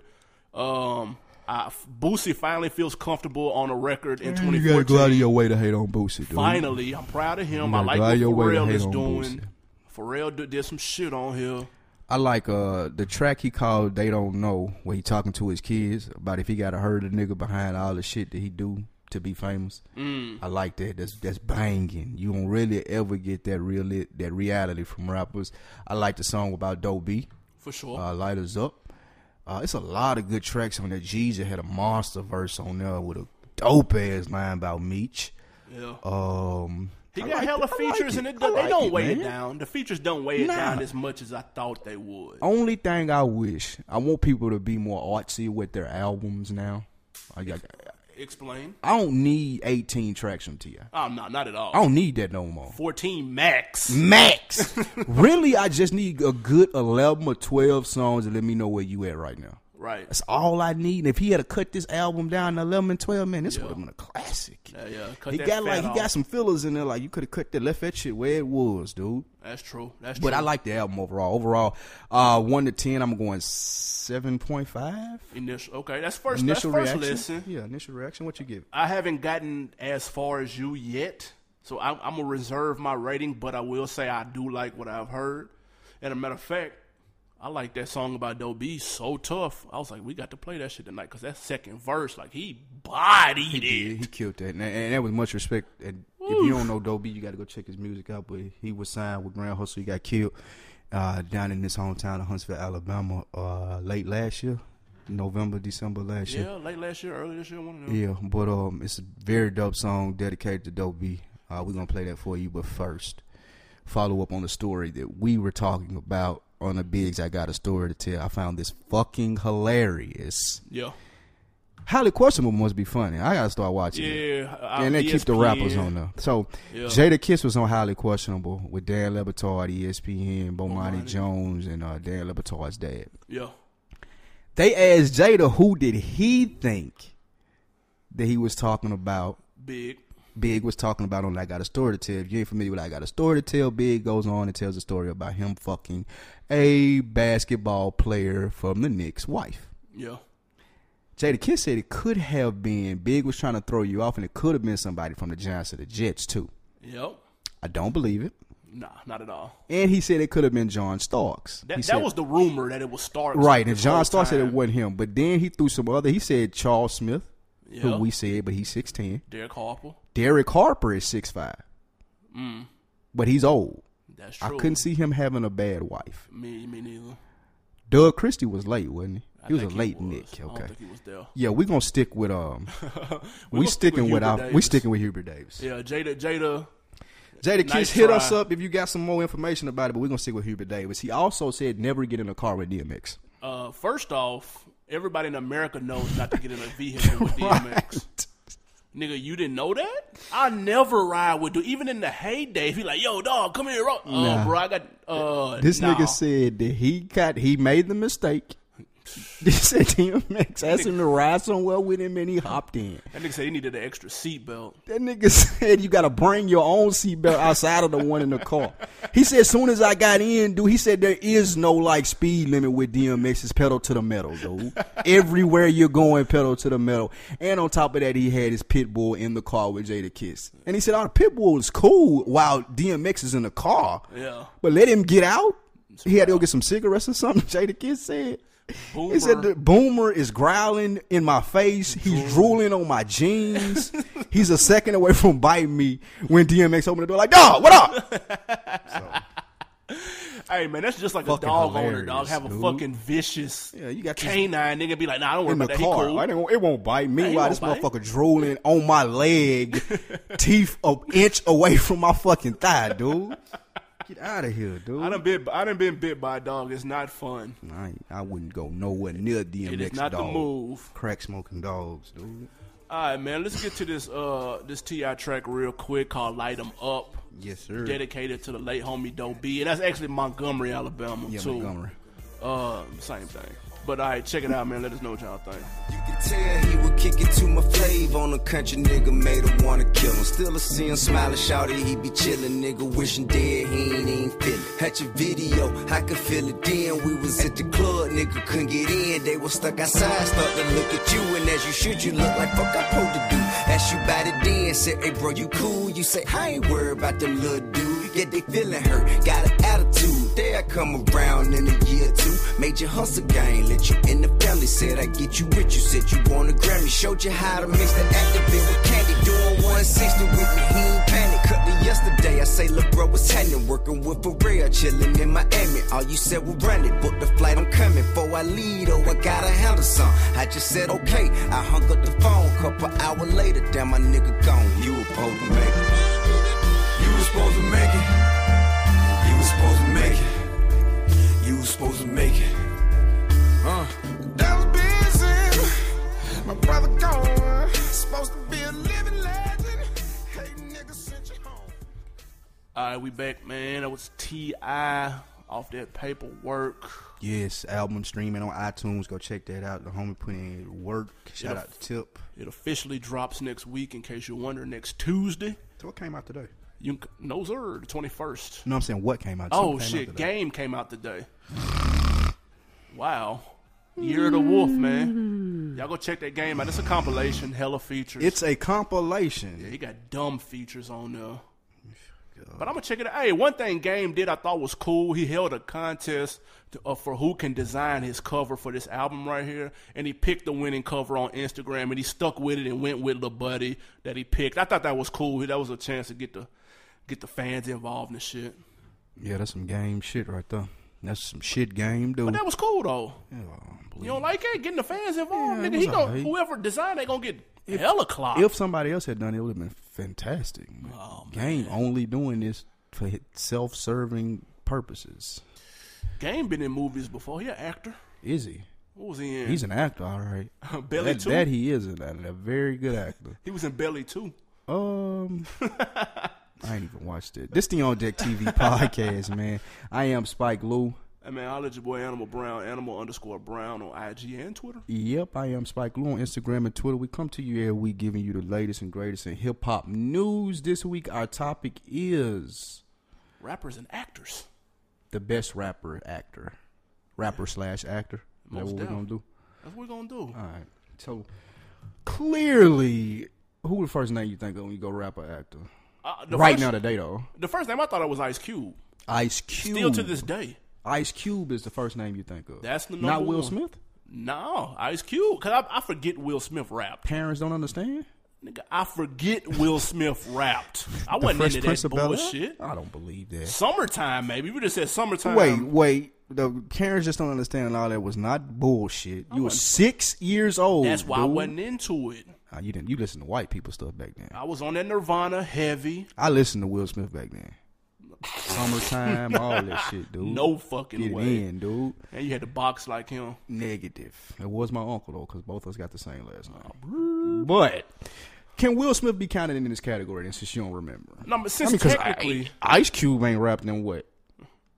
Um, I, Boosie finally feels comfortable on a record in You gotta go out 2014. of your way to hate on Boosie, dude. Finally, I'm proud of him. You I gotta like go what out your way to Pharrell hate is on doing. Boosie. Pharrell did, did some shit on here. I like uh the track he called "They Don't Know," where he talking to his kids about if he got to hurt a nigga behind all the shit that he do to be famous. Mm. I like that. That's that's banging. You don't really ever get that real that reality from rappers. I like the song about Doe B. For sure. uh, Light Us Up. Uh, it's a lot of good tracks on there. Jeezy had a monster verse on there with a dope ass line about Meech. yeah. Um, He I got like hella it. I like features, and it, I do- they like don't it, weigh it man. down. The features don't weigh it Nah. down as much as I thought they would. Only thing I wish I want people to be more artsy with their albums now. I, I, Explain? I don't need 18 tracks from Ti. Oh, no, not at all. I don't need that no more. 14 max. Max. really, I just need a good 11 or 12 songs to let me know where you at right now. Right. That's all I need. And if he had to cut this album down to 11 and 12, man, this would have been a classic. Yeah, yeah. Cut he that got like fat he off. got some fillers in there. Like you could have cut that left that shit where it was, dude. That's true. That's true. But I like the album overall. Overall, uh, one to ten, I'm going seven point five. Initial. Okay, that's first. Initial that's first reaction. listen. Yeah, initial reaction. What you give? it? I haven't gotten as far as you yet, so I'm, I'm gonna reserve my rating. But I will say I do like what I've heard. And a matter of fact, I like that song about Doe B so tough. I was like, we got to play that shit tonight because that second verse, like he bodied Yeah, it. he killed that, and, and that was much respect. And if you don't know Dobie, you got to go check his music out. But he was signed with Grand Hustle. He got killed uh, down in his hometown of Huntsville, Alabama, uh, late last year, November, December last year. Yeah, late last year, early this year, one of them. Yeah, but um, it's a very dope song dedicated to Dope B. Uh, we're gonna play that for you, but first, follow up on the story that we were talking about on the Bigs. I got a story to tell. I found this fucking hilarious. Yeah, Highly questionable must be funny. I gotta start watching yeah. E it. I- and they keep the ESPN. rappers on there. So Yeah. Jada Kiss was on Highly Questionable with Dan E Lebatard, ESPN, Bomani Jones, and uh, Dan Lebatard's dad. Yeah, They asked Jada who did he think that he was talking about big. Big was talking about on I Got a Story to Tell. If you ain't familiar with I Got a Story to Tell, Big goes on and tells a story about him fucking a basketball player from the Knicks' wife. Yeah, Jada Kiss said it could have been Big was trying to throw you off, and it could have been somebody from the Giants or the Jets, too. yep. I don't believe it. Nah, not at all. And he said it could have been John Starks. That, He that said- was the rumor that it was Starks. Right, and this John whole Starks said it time. wasn't him. But then he threw some other. He said Charles Smith, Yeah. who we said, but he's 6'10. Derek Harper. Derek Harper is 6'5. But he's old. That's I Mm. true. couldn't see him having a bad wife. Me, me neither. Doug Christie was late, wasn't he? I He was a think late was. Nick. I don't Okay. think he was there. Yeah, we're gonna stick with um. we gonna stick sticking with Hubert with, our. We Davis. sticking with Hubert Davis. Yeah, Jada, Jada. Jada Nice Kiss, hit try. us up if you got some more information about it. But we're gonna stick with Hubert Davis. He also said never get in a car with DMX. Uh, first off, everybody in America knows not to get in a vehicle with DMX. Nigga, you didn't know that? I never ride with dude. Even in the heyday, if he like, yo, dog, come here, bro. Oh, Nah. bro, I got uh. This nah. nigga said that he got he made the mistake They said DMX asked him to ride somewhere with him and he hopped in. That nigga said he needed an extra seatbelt. That nigga said you gotta bring your own seatbelt outside of the one in the car. He said as soon as I got in, dude, he said there is no like speed limit with DMX's pedal to the metal, dude. Everywhere you're going, pedal to the metal. And on top of that, he had his pit bull in the car with Jada Kiss. And he said, Oh, the pit bull is cool while DMX is in the car. Yeah. But let him get out. He had to go get some cigarettes or something, Jada Kiss said. He said Boomer. the boomer is growling in my face. He's drooling on my jeans. He's a second away from biting me when DMX opened the door like, dog, what up? Hey man, that's just like a Fucking dog owner, dog. hilarious, Have a dude. fucking vicious Yeah, you got this- canine nigga be like, nah, I don't worry In the about that. He car. cool. I didn't, it won't bite me. Ain't Why gonna this bite. motherfucker drooling on my leg, teeth an inch away from my fucking thigh, dude. Get out of here, dude. I I, done been I done been bit by a dog. It's not fun. ain't- I wouldn't go nowhere near DMX It is not the dog. move. Crack smoking dogs, dude. All right, man. Let's get to this uh this Ti track real quick called "Light 'Em Up," Yes, sir. dedicated to the late homie Doe B, and that's actually Montgomery, Alabama, Yeah, too. Montgomery. Uh, same thing. But all right, check it out, man. Let us know what y'all think. You can tell he would kick it to my fave on a country nigga made him wanna kill him. Still I see him smiling, shouting, he be chilling, nigga wishing dead he ain't even feel it. Had your video, I could feel it then. We was at the club, nigga couldn't get in. They was stuck outside, start to look at you, and as you should, you look like fuck I pulled to do. Ask you about it then, said, hey bro, you cool? You say I ain't worried about them little dude. Yeah, they feeling her, got an attitude. There I come around in a year or two. Made your hustle game, let you in the family. Said I get you rich. You said you want a Grammy. Showed you how to mix that active bit with candy. Doing 160 with me, he ain't panic. Cut me yesterday. I say, look, bro, what's happening? Working with Pharrell, chilling in Miami. All you said was run it. Book the flight, I'm coming. Before I leave, oh, I gotta handle some. I just said okay. I hung up the phone. Couple hour later, damn, my nigga gone. You a potent maker. You were supposed to make it. You were supposed to make it. You were supposed to make it. Huh? That was busy. My brother gone. Supposed to be a living legend. Hey, nigga, sent you home. All right, we back, man. That was Ti off that paperwork. Yes, album streaming on iTunes. Go check that out. The homie put in work. Shout out to Tip. It officially drops next week. In case you're wondering, next Tuesday. So what came out today? You can, no sir, the twenty first. No, I'm saying what came out. Oh Something came out shit! today. Game came out today. wow, Year of the Wolf, man. Y'all go check that game out. It's a compilation, hella features. It's a compilation. He got dumb features on there. But I'm gonna check it out. Hey, one thing Game did I thought was cool. He held a contest to, uh, for who can design his cover for this album right here, and he picked the winning cover on Instagram, and he stuck with it and went with the buddy that he picked. I thought that was cool. That was a chance to get the get the fans involved and shit. Yeah, that's some game shit right there. That's some shit game, dude. That was cool though. You don't like that? Getting the fans involved, Yeah, it nigga. He was gonna, alright. whoever designed they gonna get hella clocked. if somebody else had done it, it would have been fantastic. Oh, game only doing this for self-serving purposes. Game been in movies before. He an actor. Is he? What was he in? He's an actor, all right. Belly that, too. that he is an actor, a very good actor. he was in Belly too. Um, I ain't even watched it. This the On Deck TV podcast, man. I am Spike Lou. I mean, I'll let your boy Animal Brown, Animal underscore Brown on IG and Twitter. Yep, I am Spike Lou on Instagram and Twitter. We come to you every week giving you the latest and greatest in hip hop news. This week, our topic is Rappers and actors. the best rapper actor, rapper slash actor. Is that Most what we're gonna definitely. do? That's what we're gonna do. All right. So clearly, who the first name you think of when you go rapper actor? Uh, the right first, now, today though, the first name I thought I was Ice Cube. Ice Cube. Still to this day, Ice Cube is the first name you think of. That's the not number Will one. Smith. no Ice Cube, cause I, I forget Will Smith rapped. Parents don't understand. Nigga, I forget Will Smith rapped. I The wasn't Fresh into Prince that of Bell. bullshit. I don't believe that. Summertime, maybe. We just said summertime. Wait, wait. The Karens just don't understand all that was not bullshit. You were six years old. That's why I dude. wasn't into it. Ah, you didn't. You listened to white people stuff back then. I was on that Nirvana heavy. I listened to Will Smith back then. Summertime, all that shit, dude. No fucking Get it way. in, dude. And you had to box like him. Negative. It was my uncle though, because both of us got the same last name. But can Will Smith be counted in this category? Then since you don't remember, No, but I since mean, 'cause I- technically, Ice Cube ain't rapped in what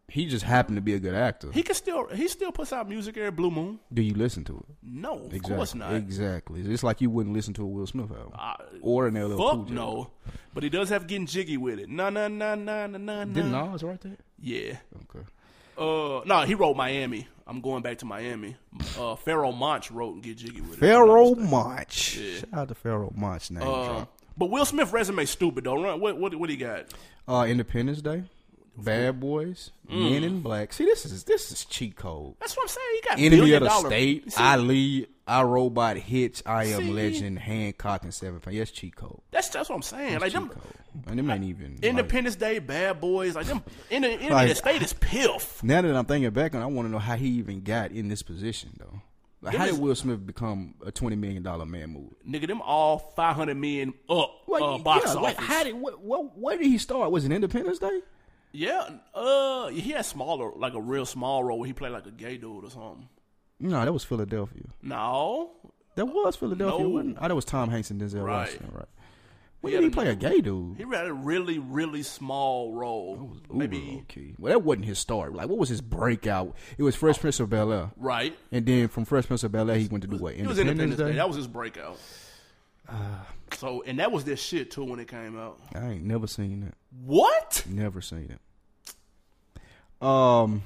He just happened to be a good actor. He can still he still puts out music every blue moon. Do you listen to it? No, of exactly. course not. Exactly. It's like you wouldn't listen to a Will Smith album I- or an LL Cool Fuck J. no. But he does have getting jiggy with it. Nah nah nah nah nah nah. Didn't nah. Nas write that? Yeah. Okay. Uh, no, he wrote Miami. I'm going back to Miami. Uh, Pharaoh Monch wrote and get jiggy with it. Pharaoh Monch. Shout out to Pharaoh Monch name Uh, drop. but Will Smith resume stupid though. Run, what what what he got? Uh, Independence Day, Bad Boys, Mm. Men in Black. See, this is this is cheat code. That's what I'm saying. He got Enemy billion of the dollar- State, See, I Lead, I Robot, Hitch, I Am See? Legend, Hancock, and Seven Pound. Yes, cheat code. that's that's what I'm saying. Like Cheat them code. And them ain't even. like- Independence Day, Bad Boys, like them. In the, enemy of the Like- state is piff. now that I'm thinking back on, it, I want to know how he even got in this position though. Like, how Them did is- Will Smith become a twenty million dollar man movie? Nigga, them all 500 million up uh, box yeah, office. Like, how did what, what? Where did he start? Was it Independence Day? yeah, uh, he had smaller, like a real small role where he played like a gay dude or something. No, that was Philadelphia. No, That was Philadelphia. No. Wasn't? it? Oh, that was Tom Hanks and Denzel Right. Washington. Right. When Yeah, did he the- play a gay dude? he had a really, really small role. Maybe okay. Well, that wasn't his start. Like, what was his breakout? It was Fresh Prince of Bel Air, right. and then from Fresh Prince of Bel Air, he went to do what? It was Independence, Independence Day. Day. Uh, That was his breakout. so, and that was their shit too when it came out. I ain't never seen it. What? Never seen it. Um,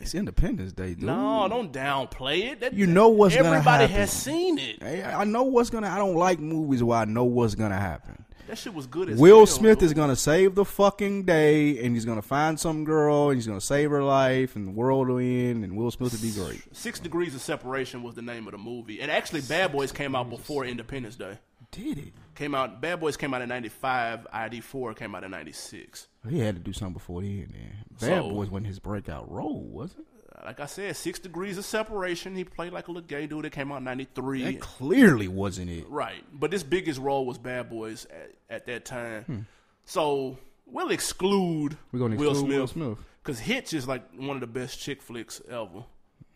it's Independence Day, dude. No, don't downplay it. That, You know what's gonna everybody happen. has seen it. Hey, I I know what's gonna. I don't like movies where I know what's gonna happen. That shit was good as Will hell, Smith dude. is gonna save the fucking day, and he's gonna find some girl, and he's gonna save her life, and the world will end, and Will Smith will be great. Six Degrees of Separation was the name of the movie, and actually, Bad Boys came out before Independence Day. Did it? Came out. Bad Boys came out in '95. ID Four came out in '96. He had to do something before then. Then Bad So- Boys wasn't his breakout role, was it? Uh, Like I said, Six Degrees of Separation. He played like a little gay dude. That came out in '93. That clearly wasn't it. Right. But his biggest role was Bad Boys at, at that time. So we'll exclude Hmm. We're gonna Will exclude Smith. Will Smith. Because Hitch is like one of the best chick flicks ever.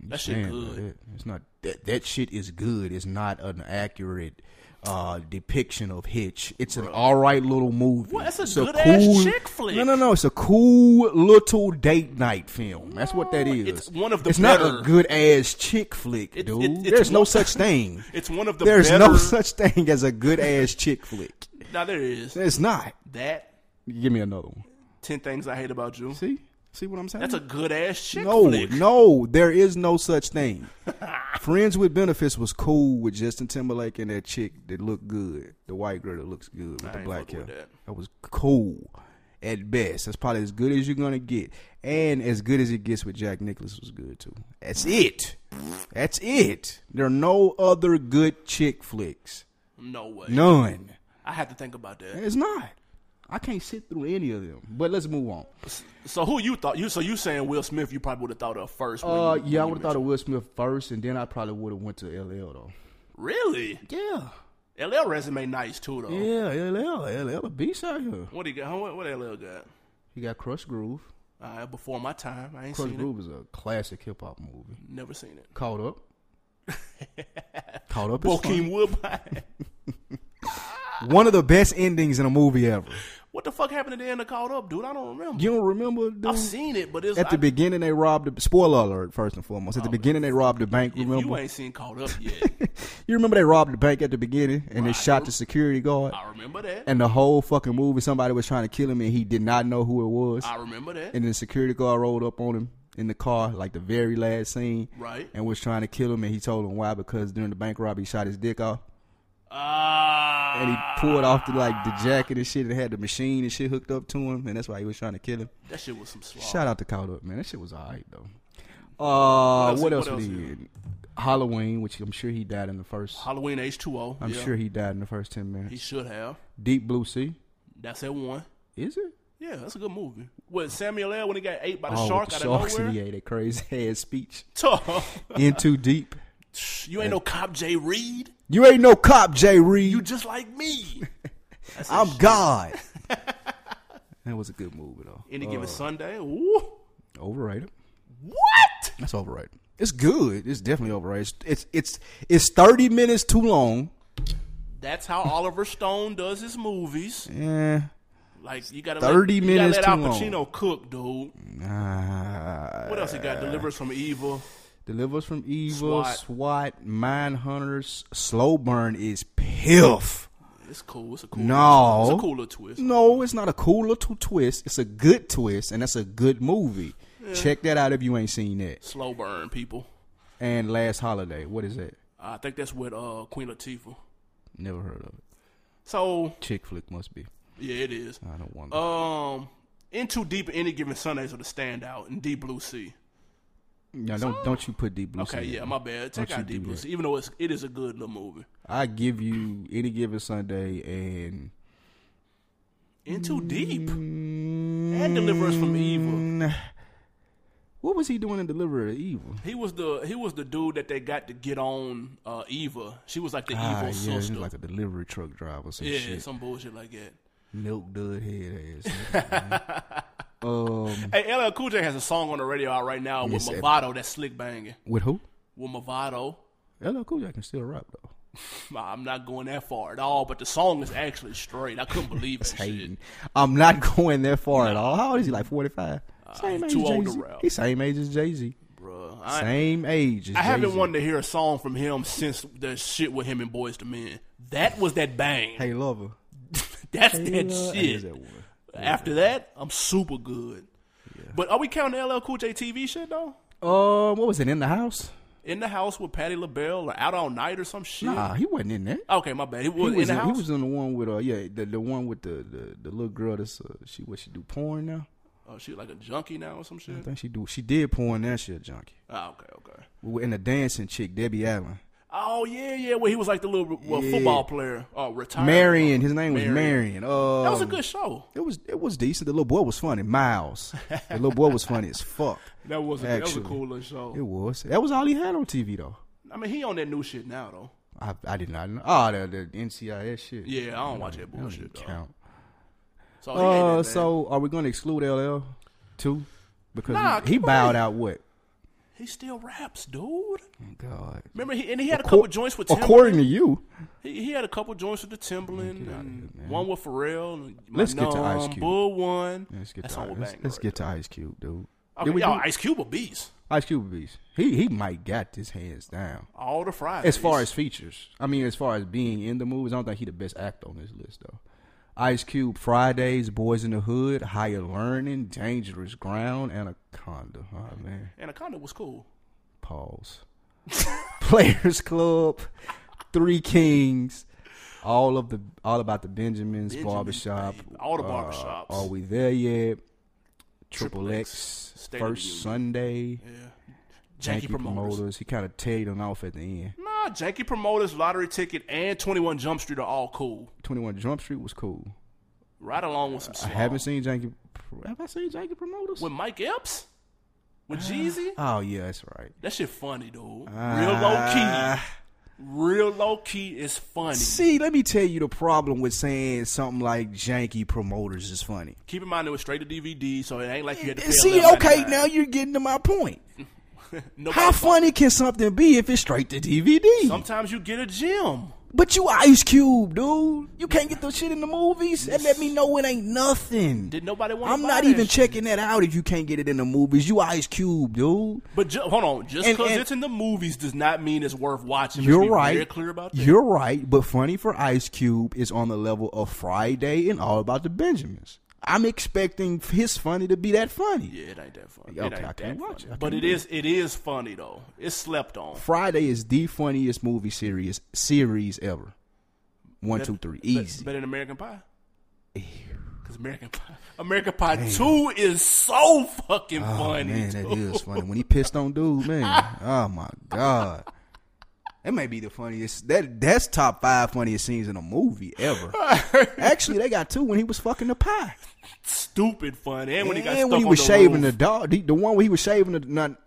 That shit Man, good. that- It's not that that shit is good. It's not an accurate uh, depiction of Hitch. It's an all right little movie. Well, that's a It's good-ass chick flick. No, no, no. It's a cool little date night film. That's what that is. it's one of the It's better- not a good ass chick flick, It- dude. it- it's There's no one- such thing. It's one of the There's better. no such thing as a good ass chick flick. now there is It's not. that. Give me another one. Ten Things I Hate About You. See, see what I'm saying? That's a good ass chick no, flick. no, there is no such thing. Friends with Benefits was cool with Justin Timberlake and that chick that looked good, the white girl that looks good with the ain't black fucking hair. with That. that. was cool at best. That's probably as good as you're gonna get, and as good as it gets with Jack Nicholas was good too. That's it. That's it. There are no other good chick flicks. No way. None. I had to think about that. It's not. I can't sit through any of them. But let's move on. So who you thought you? So you saying Will Smith? You probably would have thought of first. when Uh, you- yeah, I when you would have thought of Will Smith first, and then I probably would have went to LL though. mentioned- Yeah, Really? LL resume nice too though. yeah, LL, LL, a beast out here. What he got? What, what LL got? He got Crush Groove. Uh, before my time, I ain't Crush seen Groove is a classic hip hop movie. it. Never seen it. Caught up. Caught up. Is Bokeem funny. Woodbine. One of the best endings in a movie ever. what the fuck happened at the end of Caught Up, dude? I don't remember. You don't remember? Dude? I've seen it, but it's At the I- beginning, they robbed. The, spoiler alert! First and foremost, at the beginning, they robbed the bank. if Remember? you ain't seen Caught Up yet. You remember they robbed the bank at the beginning and they shot the security guard? I remember that. And the whole fucking movie, somebody was trying to kill him and he did not know who it was. I remember that. And the security guard rolled up on him in the car, like the very last scene. Right. And was trying to kill him and he told him why because during the bank robbery he shot his dick off. Ah. And he pulled off the like the jacket and shit and had the machine and shit hooked up to him and that's why he was trying to kill him. that shit was some slaw. Shout out to Caught Up, man. That shit was alright though. Uh, else- what what else, else we is- did? Halloween, which I'm sure he died in the first. Halloween H2O. I'm yeah. sure he died in the first ten he minutes. should have. Deep Blue Sea, That's that one. is it? Yeah, that's a good movie. What Samuel L. when he got ate by the with shark the out Oh, sharks of and he nowhere? ate that crazy ass speech. Tough. In too deep. you ain't no cop, Jay Reed. You ain't no cop, Jay You Reed. just like me. That's that I'm shit. God. that was a good movie though. Any given Sunday. Ooh. Overrated. What? That's overrated. It's good. It's definitely overrated. It's it's it's, it's thirty minutes too long. Eh, That's how Oliver Stone does his movies. Yeah. Like you gotta 30 let, minutes You gotta too let Al long. Uh. Pacino cook, dude. Nah. What else he got? Delivers from evil. Delivers from Evil, SWAT. SWAT, Mind Hunters, Slow Burn is piff. It's cool. It's a cool. No. it's a cooler twist. No, it's not a cool little twist. It's a good twist, and that's a good movie. Check that out if you ain't seen that. Slow burn, people. And Last Holiday, what is that? I think that's with uh, Queen Latifah. Never heard of it. So Chick flick must be. yeah, it is. I don't want. Um, in too deep in any given Sundays are the standout in Deep Blue Sea. no, don't don't you put Deep Blue. Okay, Sea in yeah, there. my bad. Take Don't you out Deep do Blue that. Sea, even though it's it is a good little movie. I give you any given Sunday and In too deep and deliver us from evil. Mm, What was he doing in Deliverer of Evil? He was the he was the dude that they got to get on uh, Eva. She was like the ah, evil yeah, he's sister. like a delivery truck driver. or Some yeah, shit. some bullshit like that. milk dud head ass. um, Hey, LL Cool J has a song on the radio out right now with Yes, sir. Movado that's slick banging. with who? With Movado, LL Cool J can still rap though. I'm not going that far at all, but the song is actually straight. I couldn't believe it. shit. Hating. I'm not going that far at all. How old is he? Like 45. he's same age Uh, too as old to Jay-Z. rap. He's same age as Jay Z. Bruh, I, Same age. As I haven't Jay-Z. wanted to hear a song from him since the shit with him and Boys to Men. That was that bang. Hey lover. That's Hey, that Lo- I shit. guess that one. After that, I'm super good. But are we counting LL Cool J TV shit though? Um, what was it in the house? In the house with Patty LaBelle or out all night or some shit? Nah, he wasn't in that. Okay, my bad. He He was, was, in in, the he house. was in the one with uh yeah the, the one with the, the, the little girl that's uh, she what she do porn now oh, she like a junkie now or some shit. I think she do she did porn now she a junkie Oh, okay, okay. and the dancing chick Debbie Allen Oh yeah, yeah. Well, he was like the little well, Yeah. football player, uh, retired. Marion his name was Marion. Marion uh That was a good show. It was it was decent. The little boy was funny. Miles. The little boy was funny as fuck. That was a, that was a Actually. cool little show. It was. That was all he had on TV though. I mean, he on that new shit now though. I I did not know. Oh, the, the NCIS shit. Yeah, I don't watch that That don't even bullshit. Though. count. So, he ain't Uh, that bad. so are we gonna exclude LL too? Because Nah, he, he come bowed on. Oh, out what? he still raps, dude. God. Remember, he and he had a couple joints with Timbaland. According to you, He, he had a couple joints with the Timberland, and man. one with Pharrell. And Let's my get to Ice numb, Cube. Bull one. let's get That's to all Ice, we're let's, banging let's right get there. to Ice Cube, dude. Okay, Did we y'all, do- Ice Cube a beast. Ice Cube beast. He he might got this hands down. All the Fridays. As far as features, I mean, as far as being in the movies, I don't think he the best actor on this list though. Ice Cube, Fridays, Boys in the Hood, Higher Learning, Dangerous Ground, Anaconda. Oh man, Anaconda was cool. pause. Players Club, Three Kings, all of the all about the Benjamins, Benjamin, Barbershop, Uh, baby. All the barbershops. Are we there yet? Triple, Triple X, X, State of the Union. First Sunday, Yeah. Janky, Yankee promoters. He kind of tailed them off at the end. Nah, Janky promoters, lottery ticket, and Twenty One Jump Street are all cool. Twenty One Jump Street was cool. Right along with some. I Slaw. haven't seen Janky. Have I seen Janky Promoters? with Mike Epps with Jeezy. oh yeah, that's right. That shit funny, dude. Real low Ah. key. Real low key is funny. See, let me tell you the problem with saying something like Janky Promoters is funny. Keep in mind it was straight to DVD, so it ain't like you had to. Pay See, $11.99. okay, now you're getting to my point. Nobody How fuck- funny can something be if it's straight to DVD? Sometimes you get a gem. But you Ice Cube, dude. You can't get the shit in the movies. That let me know it ain't nothing. Did nobody want? I'm not even checking that out if you can't get it in the movies. You Ice Cube, dude. But ju- hold on, just And- because and- it's in the movies does not mean it's worth watching. Let's You're be right. Very clear about that. You're right, but Funny for Ice Cube is on the level of Friday and All About the Benjamins. I'm expecting his funny to be that funny. yeah, it ain't that funny. Okay, it ain't I can't that watch funny. it. I But can't it do is. It is funny though. It's slept on. Friday is the funniest movie series series ever. One, two, three, Bet- easy. Better than American Pie. Because American Pie, American Pie Two is so fucking funny. Oh, man, that dude. is funny. When he pissed on dude, man. oh my god, that may be the funniest. That that's top five funniest scenes in a movie ever. Actually, they got two when he was fucking the pie. Stupid funny. And when he got and stuck when he on was the shaving roof. the dog, the, the one where he was shaving the not.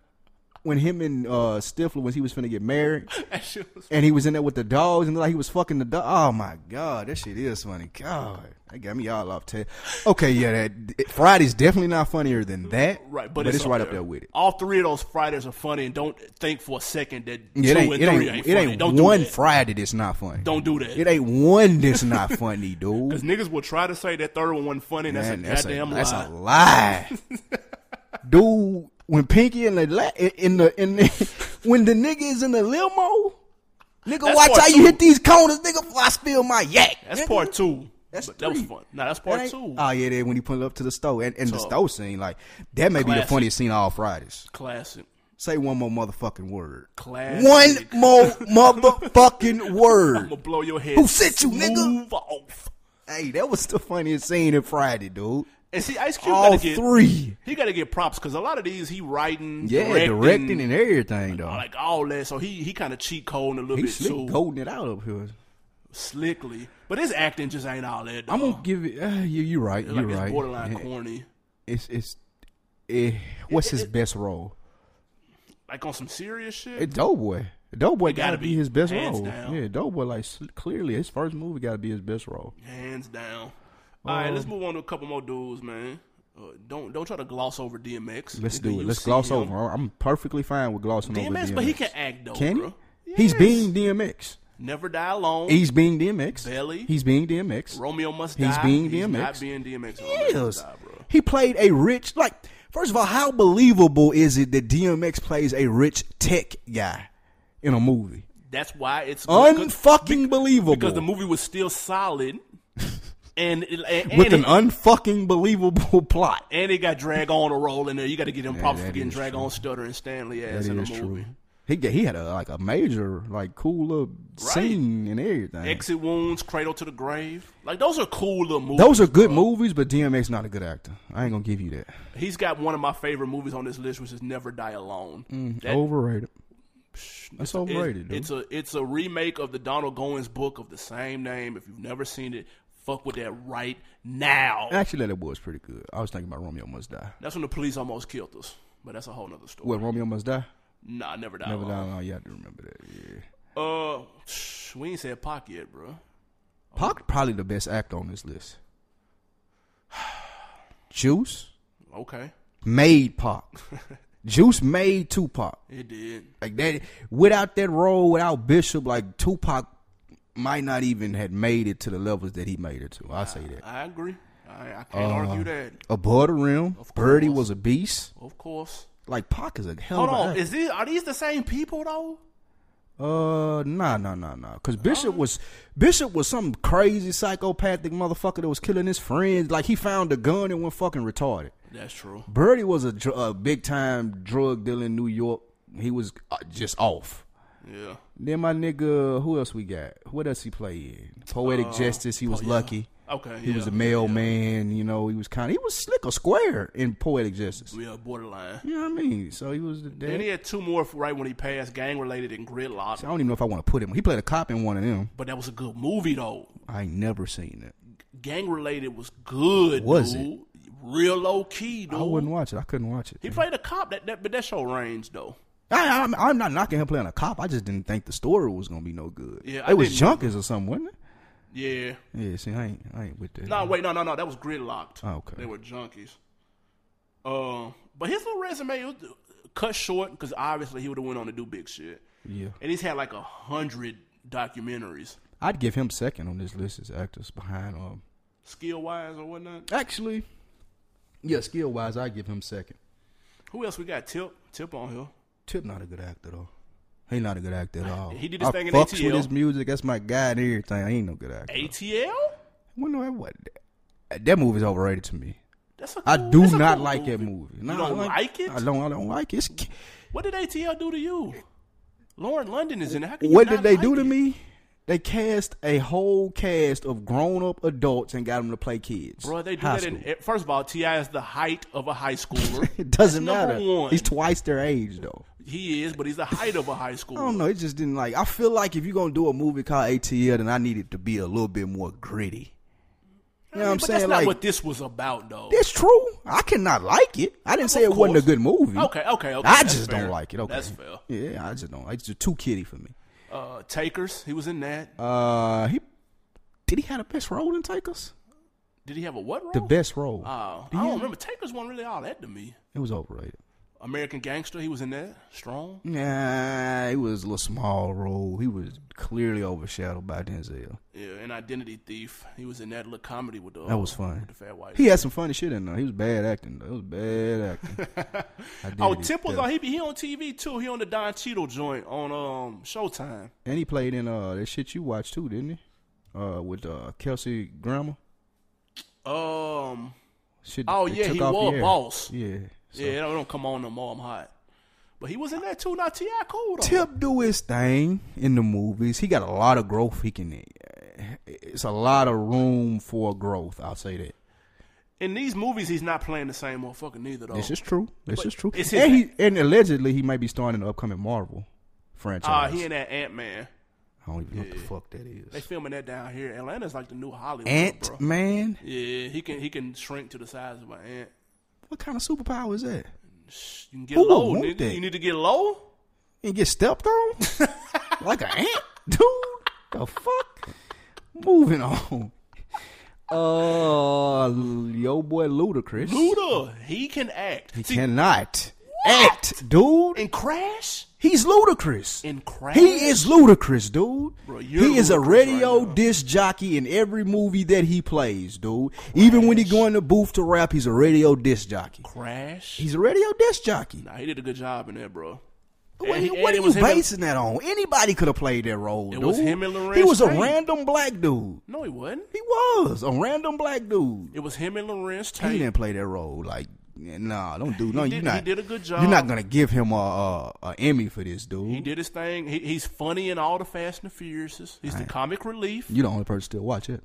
when him and uh, Stifler when he was finna get married, That shit was. and he was in there with the dogs and like he was fucking the dog. Oh my god, that shit is funny. God, that got me all off. T- okay, yeah, that Friday's definitely not funnier than that. Right, but, but, it's, right up there with it. All three of those Fridays are funny, and don't think for a second that Yeah, It two ain't, and three it ain't, ain't, it funny. ain't don't one do that. Friday that's not funny. Don't do that. It ain't one that's not funny, dude. Because niggas will try to say that third one wasn't funny, and Man, that's a goddamn that's lie. a lie, dude. When Pinky in the la- in the in the, when the nigga is in the limo, nigga, watch part how two. you hit these corners, nigga. before I spill my yak. that's nigga. part two. That's but that was three. fun. Nah, that's That part ain't- two. Oh yeah, then when he pulled up to the store and, and the Tough. store scene, like that may be the Classic. funniest scene all Fridays. Classic. Say one more motherfucking word. Classic. One more motherfucking I'm word. gonna blow your head. Who sent you, nigga? Move off. Hey, that was the funniest scene in Friday, dude. And see, Ice Cube All gotta get three. He gotta get props because a lot of these he writing, Yeah, directing, directing, and everything though. like all that. So he he kind of cheat coding a little he bit slick too, golding it out up here. slickly. But his acting just ain't all that. I'm though. gonna give it. Uh, you, you're right. like You're Oh. it's right. borderline Yeah, corny. It's it's. eh, what's his best role? Like on some serious shit. It Doughboy. Doughboy gotta got to be, be, his best hands role. down. Yeah, Doughboy like s- clearly his first movie got to be his best role. Hands Um, down. All right, let's move on to a couple more dudes, man. Uh, don't don't try to gloss over DMX. Let's Nigga, do it. you Let's see gloss him. over. I'm I'm perfectly fine with glossing DMX, over DMX. but he can act though. Can he? bro. He's Yes. being DMX. never die alone. He's being DMX. Belly. He's being DMX. Romeo must He's die. being He's DMX. Not being DMX. Romeo He Must is. Die, bro. He played a rich like. First of all, how believable is it that DMX plays a rich tech guy in a movie? That's why it's good- Unfucking believable. because the movie was still solid, and it- and, and with an it, unfucking believable plot. and it got drag on a roll in there. You got to get him props for that getting is drag true. on Stutter and Stanley ass in the movie. He ga- he had a like a major like cool little scene and everything. Exit wounds, Cradle to the Grave. Like those are cool little movies. Those are Uh, good movies, but DMX not a good actor. I ain't gonna give you that. He's got one of my favorite movies on this list, which is Never Die Alone. That- overrated. it's- That's overrated, Mm-hmm. dude. It's, it's a it's a remake of the Donald Goins book of the same name. If you've never seen it, fuck with that right now. Actually, that was pretty good. I was thinking about Romeo Must Die. That's when the police almost killed us. But that's a whole nother story. What Romeo Must Die? Nah, never die. Never Oh, Never Die Alone. Yeah, I do remember that. Yeah. Uh, psh, we ain't said Pac yet, bro. Oh. Pac probably the best actor on this list. Juice Okay, made Pac. Juice made Tupac. it did. Like that without that role, without Bishop, like Tupac might not even had made it to the levels that he made it to. I say that. I agree. I, I Uh, can't argue that. Above the rim, Of Birdie course. was a beast. Of course. Like Pac is a hell Hold of on, a is this are these the same people though? Uh, nah, nah, nah, nah. Cause Bishop was Bishop was some crazy psychopathic motherfucker that was killing his friends. Like he found a gun and went fucking retarded. That's true. Birdie was a, dr- a big time drug dealer in New York. He was uh, just off. Yeah. Then my nigga, who else we got? What else he played in? Poetic Justice. He was lucky. Okay. He Uh, yeah. was a mailman. You know, he was kind. of He was slick or square in Poetic Justice. Yeah, borderline. You know what I mean? So he was the And he dad. had two more for right when he passed, gang related and gridlock. I don't even know if I want to put him. He played a cop in one of them. but that was a good movie though. I ain't never seen it. Gang related was good. Was dude. Real low key, dude. I wouldn't watch it. I couldn't watch Oh. it. He played a cop. That, that but that show range though. I, I'm, I'm not knocking him playing a cop. I just didn't think the story was gonna be no good. Yeah, it I was didn't junkers or something, wasn't it? Yeah. Yeah, see, I ain't, I ain't with that. No, wait, no, no, no. That was gridlocked. Mm. Oh, okay. They were junkies. Uh, but his little resume it was uh, cut short because obviously he would have went on to do big shit. Yeah, And he's had like a hundred documentaries, I'd give him second on this list as actors behind um. skill wise or whatnot. Actually, yeah, skill wise, I give him second. Who else we got? Tip, Tip on here. Tip not a good actor though. He not a good actor at all. He did his I thing in fucks ATL. with his music. That's my guy and everything. I ain't no good actor. ATL. Well, no, that what? That movie's overrated to me. That's a cool, I do that's a not cool like that movie. No, you don't I like, it? I don't. I don't like it. It's, ki- What did ATL do to you? Lauren London is in it. How can you what did not they do like to it? me? They cast a whole cast of grown up adults and got them to play kids. Bro, they do High that in school. first of all, Ti is the height of a high schooler. It doesn't That's matter. number one. He's twice their age though. he is, but he's the height of a high schooler. I don't know. It just didn't like. I feel like if you're gonna do a movie called ATL, then I need it to be a little bit more gritty. You know what I'm but saying? that's not Like what this was about, though. it's true. I cannot like it. I didn't say it wasn't a course. good movie. Okay, okay, okay. I That's just fair. don't like it. Okay. That's fair. Yeah, I just don't. It's just too kitty for me. Uh, Takers, he was in that. Uh, he did he have the best role in Takers? Did he have a what role? The best role. Oh, I don't remember. Takers wasn't really all that to me. It was overrated. American Gangster, he was in that. Strong. Nah, it was a little small role. He was clearly overshadowed by Denzel. Yeah, and Identity Thief, he was in that little comedy with the That was fun. the fat white. He had some funny shit in there. He was bad acting. Though. It was bad acting. I did Oh, it. Temple's on. He be he on TV too. He on the Don Cheadle joint on um Showtime. and he played in uh that shit you watched too, didn't he? Uh, with uh Kelsey Grammer. Um, Shit. Oh, that yeah, took he off the was air. Boss. Yeah. So. yeah, it don't, it don't come on no more. I'm hot. But he was in that too. Not Ti cool though. Tip do his thing in the movies. He got a lot of growth. He can. eh, It's a lot of room for growth. I'll say that. In these movies, he's not playing the same motherfucker neither though. This is true. This is true. it's his- and he and allegedly he might be starring in the upcoming Marvel Ah, franchise. he in that Ant Man. I don't even know what the fuck that They is. filming that down here. Atlanta's like the new Hollywood. bro. Ant Man. Yeah, he can he can shrink to the size of an ant. What kind of superpower is that? Shh, You can get Who would low, want nigga. that? You need to get low. And get stepped on like an ant, dude. The fuck. Moving on. Uh, yo, boy Ludacris. Luda, he can act. He See, cannot act, dude. in Crash, He's ludicrous. in Crash, He is ludicrous, dude. Bro, you're he is a ludicrous radio right now. disc jockey in every movie that he plays, dude. Even when he go in the booth to rap, he's a radio disc jockey. Crash. He's a radio disc jockey. nah, he did a good job in there, bro. What, And he- he- and what are it you was him and- basing that on? Anybody could have played that role, It dude. was him and Lawrence he was a Tate. random black dude. No, he wasn't. He was a random black dude. It was him and Lawrence He Tate. didn't play that role. Like, nah, don't do. No, did- you're he not. did a good You're job. not gonna give him a, a, a Emmy for this, dude. He did his thing. He, he's funny in all the Fast and the Furious. He's the comic relief. You're the only person still watch it.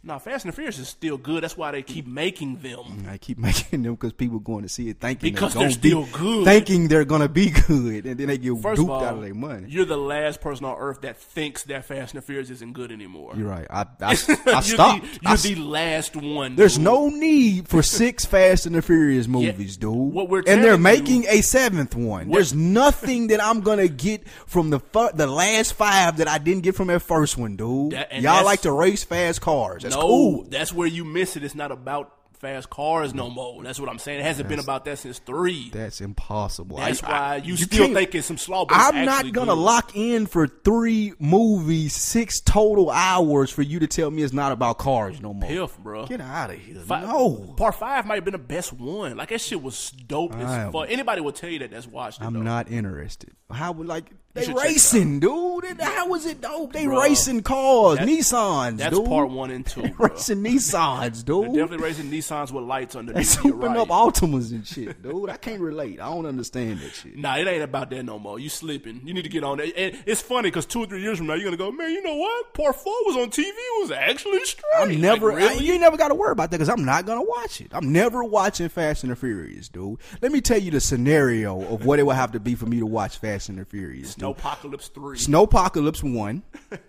Nah, Fast and the Furious is still good. That's why they keep making them. I keep making them because people going to see it thinking Because gonna they're still be, good. thinking they're gonna be good, and then they get First of duped all, out of their money. you're the last person on earth that thinks that Fast and the Furious isn't good anymore. You're right. I, I, I You're stopped. The, I you're st- the last one. there's dude. no need for six Fast and the Furious movies, dude. what we're and they're telling making a seventh one. There's nothing that I'm gonna get from the fir- the last five that I didn't get from that first one, dude. That- and Y'all that's- like to race fast cars. That's no. cool. Mm. That's where you miss it. It's not about fast cars no more. That's what I'm saying. It hasn't been about that since three. That's impossible. I- That's I- why you, still can't- think it's some slaw. Oh, But it's I'm not actually gonna good. lock in for three movies, six total hours for you to tell me it's not about cars no more. Piff, bro. Get out of here! Fi- no, Part five might have been the best one. Like that shit was dope I as am- fuck. Anybody will tell you that that's watched it. I'm though. not interested. How would like they should check it racing, dude? It- How is it dope? They Bruh. racing cars, That- Nissans, That's dude. part one and two. bro. Racing Nissans, They're dude. definitely racing Nissans with lights They underneath. You're souping right. up Altimas and shit, dude. I can't relate. I don't understand that shit. Nah, it ain't about that no more. You slipping. You need to get on that. And it's funny because two or three years from now, you're gonna go, man. You know what? Part four was on TV. It was actually straight. I'm never. Like, I- really? you ain't never got to worry about that because I'm not gonna watch it. I'm never watching Fast and the Furious, dude. Let me tell you the scenario of what it would have to be for me to watch Fast and the Furious. Dude. no apocalypse three. Snowpocalypse one.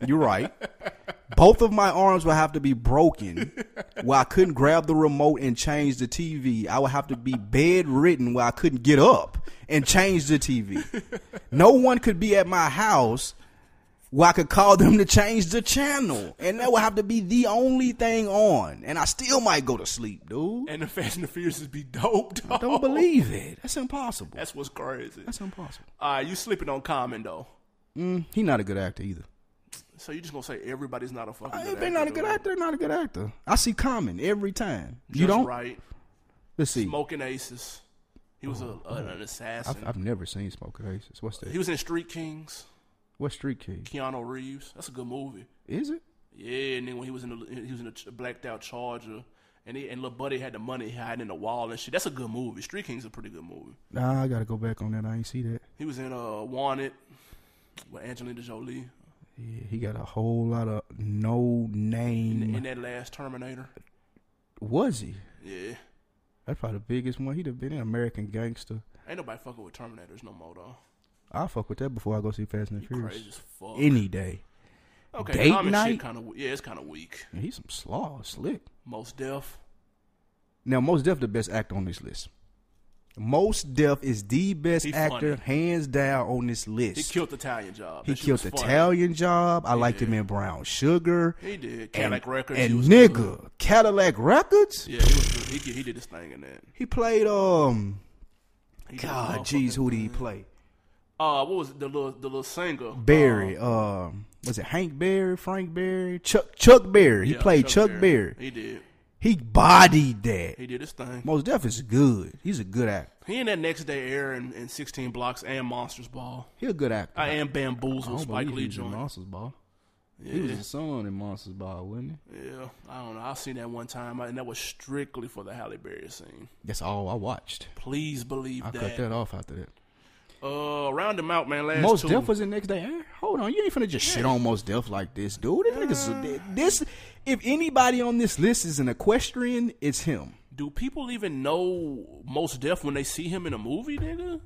You're right. Both of my arms would have to be broken where I couldn't grab the remote and change the TV. I would have to be bedridden where I couldn't get up and change the TV. No one could be at my house where I could call them to change the channel. And that would have to be the only thing on. And I still might go to sleep, dude. and the Fast and the Furious is be dope. Dog. I Don't believe it. That's impossible. That's what's crazy. That's impossible. Uh, you slipping on Common though. He's not a good actor either. So you just gonna say everybody's not a fucking. If good they're not a actor, good though. actor, they're not a good actor. I see Common every time. Just you don't? right. Let's see. Smoking Aces. He was a, Oh, an, an assassin. I've, I've never seen Smoking Aces. What's he that? was in Street Kings. What Street King? Keanu Reeves. That's a good movie. Is it? Yeah, and then when he was in the, he was in a ch- blacked out Charger, and he and little buddy had the money hiding in the wall and shit. That's a good movie. Street Kings a pretty good movie. Nah, I gotta go back on that. I ain't see that. He was in uh Wanted with Angelina Jolie Yeah, he got a whole lot of no name. in that last Terminator. Was he? Yeah, That's probably the biggest one. He'd have been an American Gangster. ain't nobody fucking with Terminators no more though. I'll fuck with that before I go see Fast and the Furious Crazy as fuck. any day. Okay, Date common night? shit kind of yeah, it's kind of weak. Yeah, he's some slaw, slick. Most deaf. Now, Most Def the best actor on this list. Most Def is the best He actor, funny. hands down, on this list. He killed the Italian job. He That shit killed was the funny. Italian job. I liked him in Brown Sugar. He did And, Cadillac Records. he and was nigga, good. Cadillac Records. Yeah, he was good. He, did- he did his thing in that. He played um. He did God, his jeez, who did he play? motherfucking- Uh, what was it? the little the little singer? Uh, Barry. Um, was it Hank Barry, Frank Barry, Chuck Chuck Berry? He Yeah, played Chuck, Berry. He did. He bodied that. He did his thing. Most Def is good. He's a good actor. He in that next day air and, and 16 blocks and Monsters Ball. He a good actor. I am Oh, bamboozled Spike Lee joint. Monsters Ball. He was the son in Monsters Ball, wasn't he? Yeah, I don't know. I seen that one time, and that was strictly for the Halle Berry scene. That's all I watched. Please believe I cut that. that off after that. Uh, round him out, man. Last Most two. Def was in next day. Air? Hold on, you ain't finna just shit on Most Def like this, dude. This nigga's this. If anybody on this list is an equestrian, it's him. Do people even know Most Def when they see him in a movie, nigga?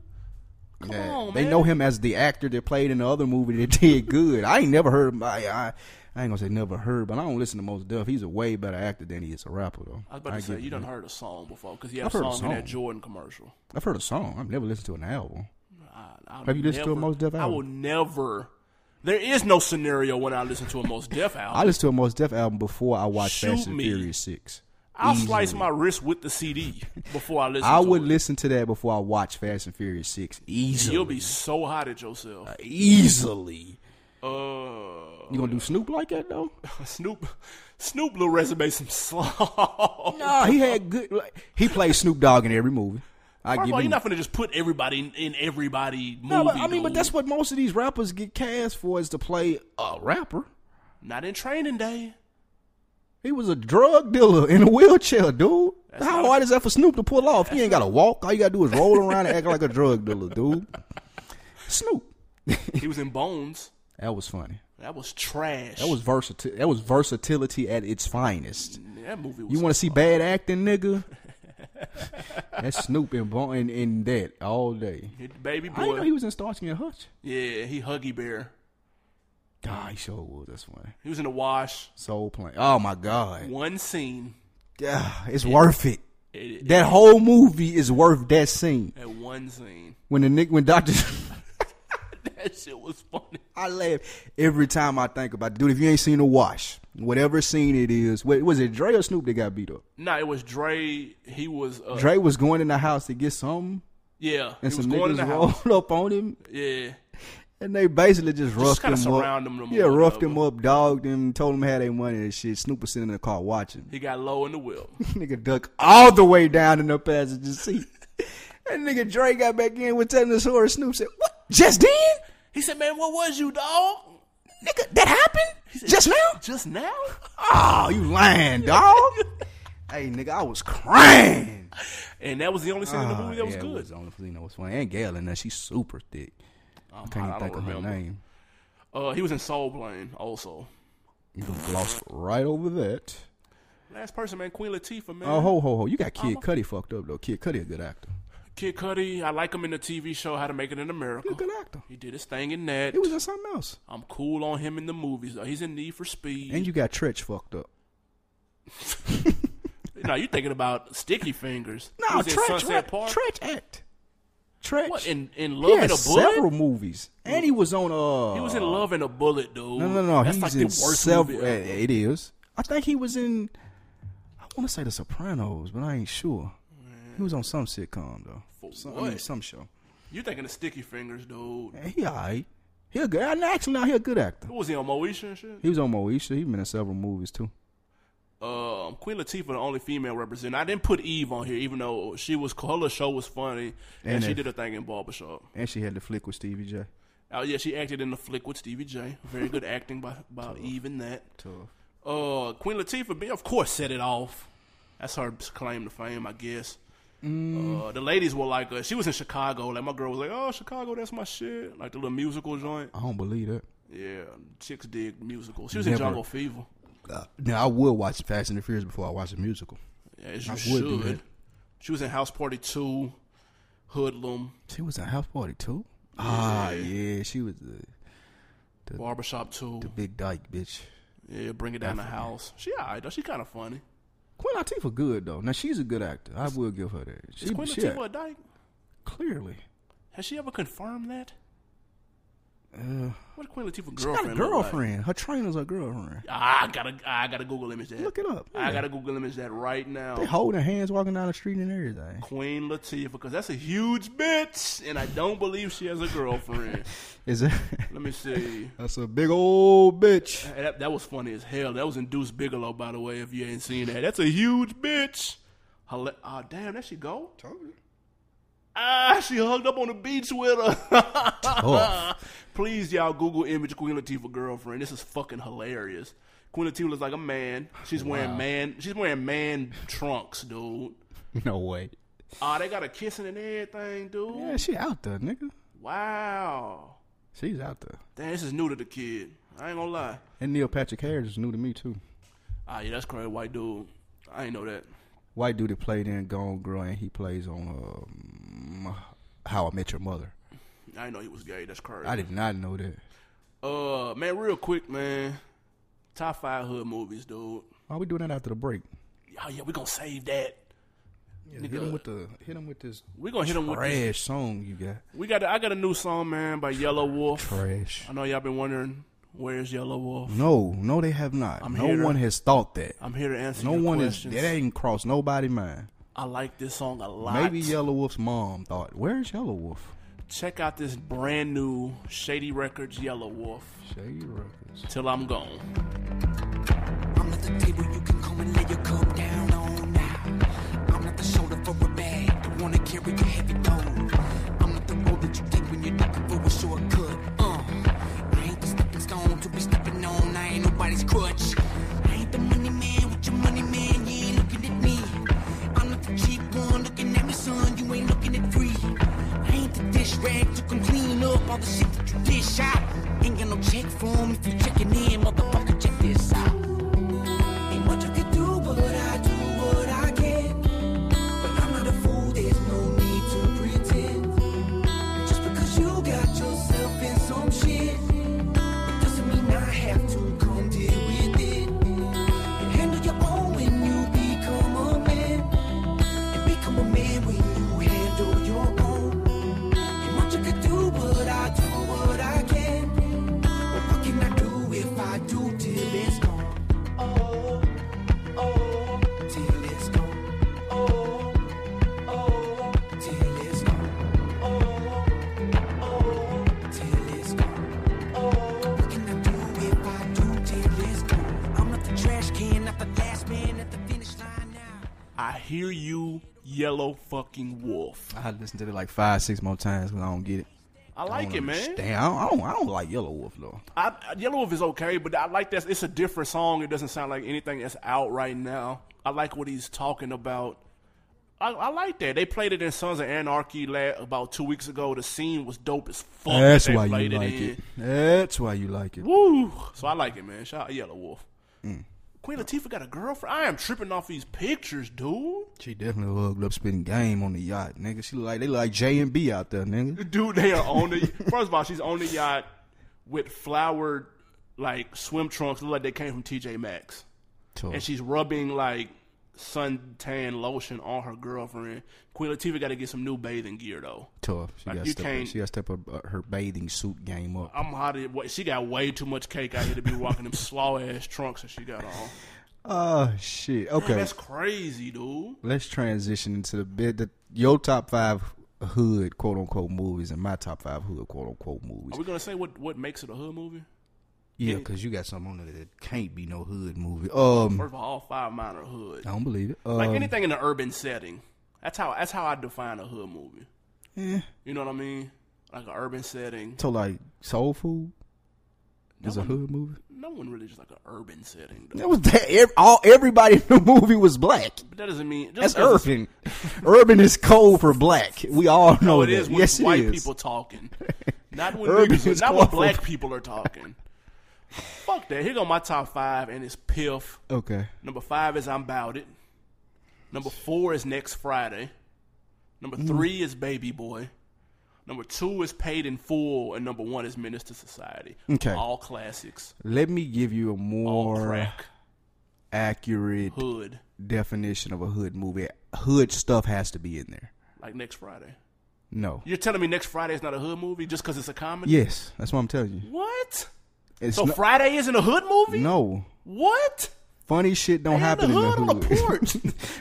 Come Yeah, on, they man. know him as the actor that played in the other movie that did good. I ain't never heard. I, I I ain't gonna say never heard, but I don't listen to Most Def. He's a way better actor than he is a rapper, though. I was about to say, you done heard a song before, because he had I've a heard a song, in song. that Jordan commercial. I've heard a song. I've never listened to an album. I, I'll Have you listened to a never- Mos Def I will never. There is no scenario when I listen to a Most Def I album. listened to a Most Def album before I watched Shoot Fast and me. Furious Six. I, will slice my wrist with the CD before I listen. I to would it. listen to that before I watch Fast and Furious Six. Easily, You'll be so hot at yourself. easily. Uh, You gonna do Snoop like that though? Snoop, Snoop little resume some slaw. Nah, he had good. Like, he played Snoop Dogg in every movie. I First give of all, him. you're not gonna just put everybody in, in everybody movie. No, but, I mean, but dude. that's what most of these rappers get cast for is to play a rapper. not in Training Day. He was a drug dealer in a wheelchair, dude. That's How not- hard is that for Snoop to pull off? He ain't got to walk. All you got to do is roll around and act like a drug dealer, dude. Snoop. He was in Bones. That was funny. That was trash. That was versatility. That was versatility at its finest. that movie. Was You want to see bad acting, nigga? That's Snoop and Bon and, and that all day. baby I didn't know boy? he was in Starsky and Hutch. yeah, he Huggy Bear. God, he sure was. That's funny. He was in the wash. Soul Plane. Oh my God. One scene. Yeah, it's worth it. It, That whole movie is worth that scene. that one scene. When the Nick, when Doctor, That shit was funny. I laugh every time I think about it. dude. If you ain't seen the wash, whatever scene it is, wait, was it Dre or Snoop that got beat up? Nah, it was Dre. He was. Uh, Dre was going in the house to get something, Yeah, and he was some going in the niggas house. rolled up on him, Yeah, and they basically just roughed kinda him up. surround him no more, yeah, roughed whatever. him up, dogged him, told him how they money and shit. Snoop was sitting in the car watching. he got low in the whip. nigga ducked all the way down in the passenger seat. and nigga Dre got back in with telling the story. Snoop said, "What? Just then?" He said, "Man, what was you, dog? Nigga, that happened just now? Just now?" Oh, you lying, dog? hey, nigga, I was crying. And that was the only scene in the movie that was good. only thing that Ah, was funny. And Gail and that she's super thick. I can't I even don't think of her remember. name. Uh, he was in Soul Plane also. You done glossed right over that. Last person, man, Queen Latifah, man. Oh, ho, ho, ho! You got Kid Cudi fucked up though. Kid Cudi a good actor. Kid Cudi, I like him in the TV show How to Make It in America. He a good actor. He did his thing in that. He was in something else. I'm cool on him in the movies. though. He's in Need for Speed. And you got Tretch fucked up. now you're thinking about Sticky Fingers. He No, was in Tretch, Sunset right, Park. Tretch act. Tretch. What in in he Love had and a Bullet? several movies, and he was on uh. He was in Love and a Bullet, dude. No, no, no. That's he's like in the worst several. movie ever. eh, It is. I think he was in. I want to say The Sopranos, but I ain't sure. He was on some sitcom though. For some, I mean, what? some show. You're thinking of Sticky Fingers, dude. And he alright. He a good. and Actually, now he a good actor. Who was he on Moesha and shit? He was on Moesha. He been in several movies too. Um, Queen Latifah, the only female representative. I didn't put Eve on here, even though she was cool. Her show was funny, and, And she if- did a thing in Barbershop. And she had the flick with Stevie J. Oh yeah, she acted in the flick with Stevie J. Very good acting by by Eve in that. Uh, Queen Latifah, be- of course, set it off. That's her claim to fame, I guess. Mm. Uh, the ladies were like, uh, she was in Chicago. Like my girl was like, oh, Chicago, that's my shit. Like the little musical joint. I don't believe that. Yeah, chicks dig musicals. She was in Never. Jungle Fever. Uh, now I would watch Fast and the Furious before I watch a musical. As you I would do should. that. She was in House Party 2, Hoodlum. She was in House Party too. Ah, yeah, she was. Uh, The, Barbershop too. the big dyke bitch. Yeah, bring it down the house. She alright though. She kind of funny. Queen Latifah good though. Now she's a good actor. I will give her that. She, Is Queen she Latifah a dyke? clearly. Has she ever confirmed that? Uh, What Queen Latifah she got girlfriend? look like? Ah, a girlfriend. Her trainer's her girlfriend. I gotta, I gotta Google image that. Look it up. I yeah. gotta Google image that right now. They holding hands, walking down the street, and everything. Queen Latifah, because that's a huge bitch, and I don't believe she has a girlfriend. Is it? Let me see. That's a big old bitch. Hey, that, that was funny as hell. That was in Deuce Bigelow, by the way, if you ain't seen that. That's a huge bitch. Hila- Ah, damn, that she go? Ah, she hugged up on the beach with her. Please, y'all, Google image Queen Latifah girlfriend. This is fucking hilarious. Queen Latifah looks like a man. She's wearing man. She's wearing man trunks, dude. No way. Ah, they got a kissing and everything, dude. Yeah, she out there, nigga. Wow. She's out there. Damn, this is new to the kid. I ain't gonna lie. And Neil Patrick Harris is new to me too. Ah, yeah, that's crazy, white dude. I ain't know that. White dude that played in Gone Girl, and he plays on um, How I Met Your Mother. I didn't know he was gay. That's crazy. I did not know that. Uh, man, real quick, man. Top five hood movies, dude. Why we doing that after the break? Oh yeah, we gonna save that. hit him with the hit him with this We gonna hit him uh, with. This. trash song you got. We got. A, I got a new song, man, by Yellow Wolf. Trash. I know y'all been wondering where's Yellow Wolf. No, no, they have not. no here to- one has thought that. I'm here to answer no your one questions. is. That ain't crossed nobody mind. I like this song a lot. Maybe Yellow Wolf's mom thought, "Where's Yellow Wolf?" Check out this brand new Shady Records Yellow Wolf. Shady Records. Till I'm gone. I'm not the table you can come and lay your cup down on now. I'm not the shoulder for a bag you wanna carry your heavy load. I'm not the road that you take when you're looking for a shortcut. Uh, I ain't the stepping stone to be stepping on. I ain't nobody's crutch. I ain't the money man with your money man. You ain't looking at me. I'm not the cheap one looking at me, son. You ain't looking at free. I ain't the dish rag to come clean up all the shit that you dish out. Ain't got no check form if you checking in, motherfucker. Check this out. Ain't much I could do, but I do what I can. But I'm not a fool, there's no need to pretend. Just because you got yourself in some shit, it doesn't mean I have to come deal with it. And handle your own when you become a man. And become a man when you handle your own. Ain't much I could do, but I do what I can. But what can I do if I do till it's gone? Oh, oh, till it's gone. Oh, oh, till it's gone. Oh, oh, till it's gone. Oh, what can I do if I do till it's gone? I'm not the trash can, not the last man at the finish line now. I hear you, Yellow fucking Wolf. I had listened to it like five, six more times because I don't get it. I like it, man. Damn, I don't, I don't like Yellow Wolf though. I, I- Yellow Wolf is okay, but I like that. It's a different song. It doesn't sound like anything that's out right now. I like what he's talking about. I, I like that. They played it in Sons of Anarchy la- about two weeks ago. The scene was dope as fuck. That's that they why you played like in. it. That's why you like it. Woo! So I like it, man. Shout out Yellow Wolf. Mm. Queen Latifah got a girlfriend. I am tripping off these pictures, dude. She definitely hugged up spitting game on the yacht, nigga. She look like they look like J and B out there, nigga. Dude, they are on the. first of all, she's on the yacht with flowered like swim trunks, look like they came from TJ Maxx. Tough. and she's rubbing like suntan lotion on her girlfriend. Queen Latifah got to get some new bathing gear though. tough. She Like, got you step. Up, can't- Uh, she got step up uh, her bathing suit game up. I'm hot. as- wa- She got way too much cake out here to be walking them slow ass trunks that she got on. Oh shit. Okay, That's crazy, dude. let's transition into the bit that your top five hood quote unquote movies and my top five hood quote unquote Are movies. we gonna say what what makes it a hood movie? Yeah, because you got something on there that can't be no hood movie. Um, First of all, all five of mine are hood. I don't believe it. Um, Like anything in an urban setting. That's how that's how I define a hood movie. eh, You know what I mean? Like an urban setting. so like Soul Food is No a one- hood movie. No one really just like an urban setting. Though. That was that. ev- All everybody in the movie was black. But that doesn't mean That's just 'cause it's- urban. urban is code for black. We all know No, it that. is when yes, it white is. people talking. Not when Urban niggas, is not when awful. black people are talking. Fuck that. Here go my top five, and it's Piff. Okay. Number five is I'm Bout It. Mm. Number four is Next Friday. Number three is Baby Boy. Number two is paid in full, and number one is menace to society. Okay. All classics. Let me give you a All more crack. accurate Hood. definition of a hood movie. Hood stuff has to be in there. Like next Friday. No. You're telling me next Friday is not a hood movie just because it's a comedy? Yes, that's what I'm telling you. What? It's So no, Friday isn't a hood movie? no. What? Funny shit don't And the happen in the hood hood. on the porch.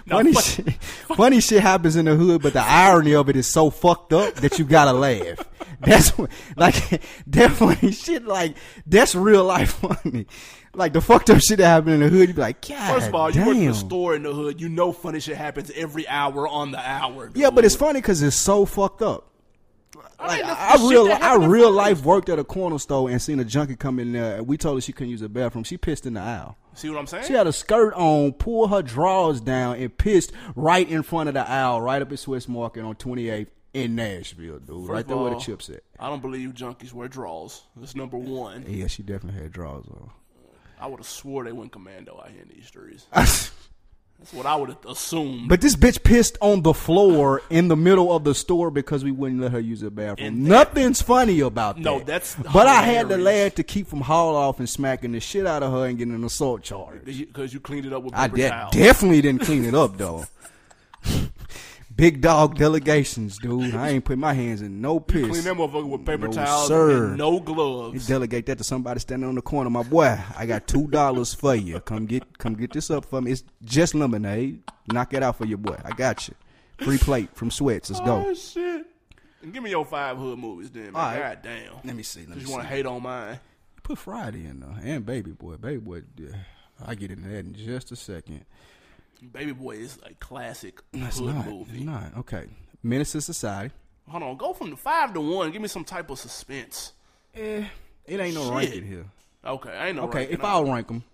No, funny fuck- shit, funny shit happens in the hood, but the irony of it is so fucked up that you gotta laugh. That's what, like that funny shit. Like that's real life funny. Like the fucked up shit that happened in the hood, you be like, God First of all, you damn. work in a store in the hood. You know funny shit happens every hour on the hour. Yeah, dude. but it's funny because it's so fucked up. I, Like mean, I, the- the shit real, that I happened in real Friday- life worked at a corner store and seen a junkie come in there. And we told her she couldn't use the bathroom. She pissed in the aisle. See what I'm saying? She had a skirt on, pulled her drawers down, and pissed right in front of the aisle, right up at Swiss Market on 28th in Nashville, dude. right of there where the all- chips at. I don't believe junkies wear draws. That's number one. Yeah, she definitely had drawers on. I would have swore they went commando out here in these streets. That's what I would have assumed. but this bitch pissed on the floor in the middle of the store because we wouldn't let her use the bathroom. And that- Nothing's funny about that. No, that's But I had to hilarious. laugh to keep from haul off and smacking the shit out of her and getting an assault charge. because you cleaned it up with I paper de- towels. definitely didn't clean it up though. Big dog delegations, dude. I ain't put my hands in no piss. Clean that motherfucker with paper No, towels sir. and no You gloves. delegate that to somebody standing on the corner, my boy. I got two dollars for you. Come get, come get this up for me. It's just lemonade. Knock it out for your boy. I got you. Free plate from Sweats. Let's Oh go. shit! And give me your five hood movies, then. Man. All right. God damn. Let me see, let me Just want to see. hate on mine. Put Friday in there and Baby Boy. Baby Boy. yeah. I get into that in just a second. Baby Boy is a classic That's hood not. movie. It's not. Okay. Menace to Society. Hold on, go from the five to one. Give me some type of suspense. Eh, it ain't no Shit. ranking here. Okay, I ain't no Okay, ranking if on I'll rank them,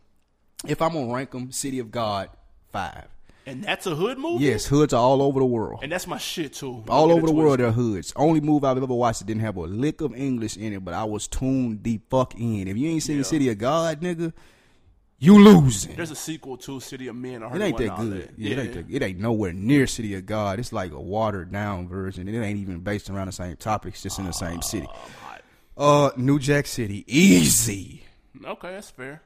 if I'm gonna rank them, City of God five. it. and that's a hood movie. Yes, hoods are all over the world. and that's my shit too. all Don't get over it the world twisted. are hoods. Only movie I've ever watched that didn't have a lick of English in it, but I was tuned the fuck in. If you ain't seen Yeah. City of God, nigga, you losing. There's a sequel to City of Men. I heard it ain't one that all good. Yeah, It, ain't that, it ain't nowhere near City of God. It's like a watered down version, and it ain't even based around the same topics, just in the same city. Uh, New Jack City, easy, Okay, that's fair.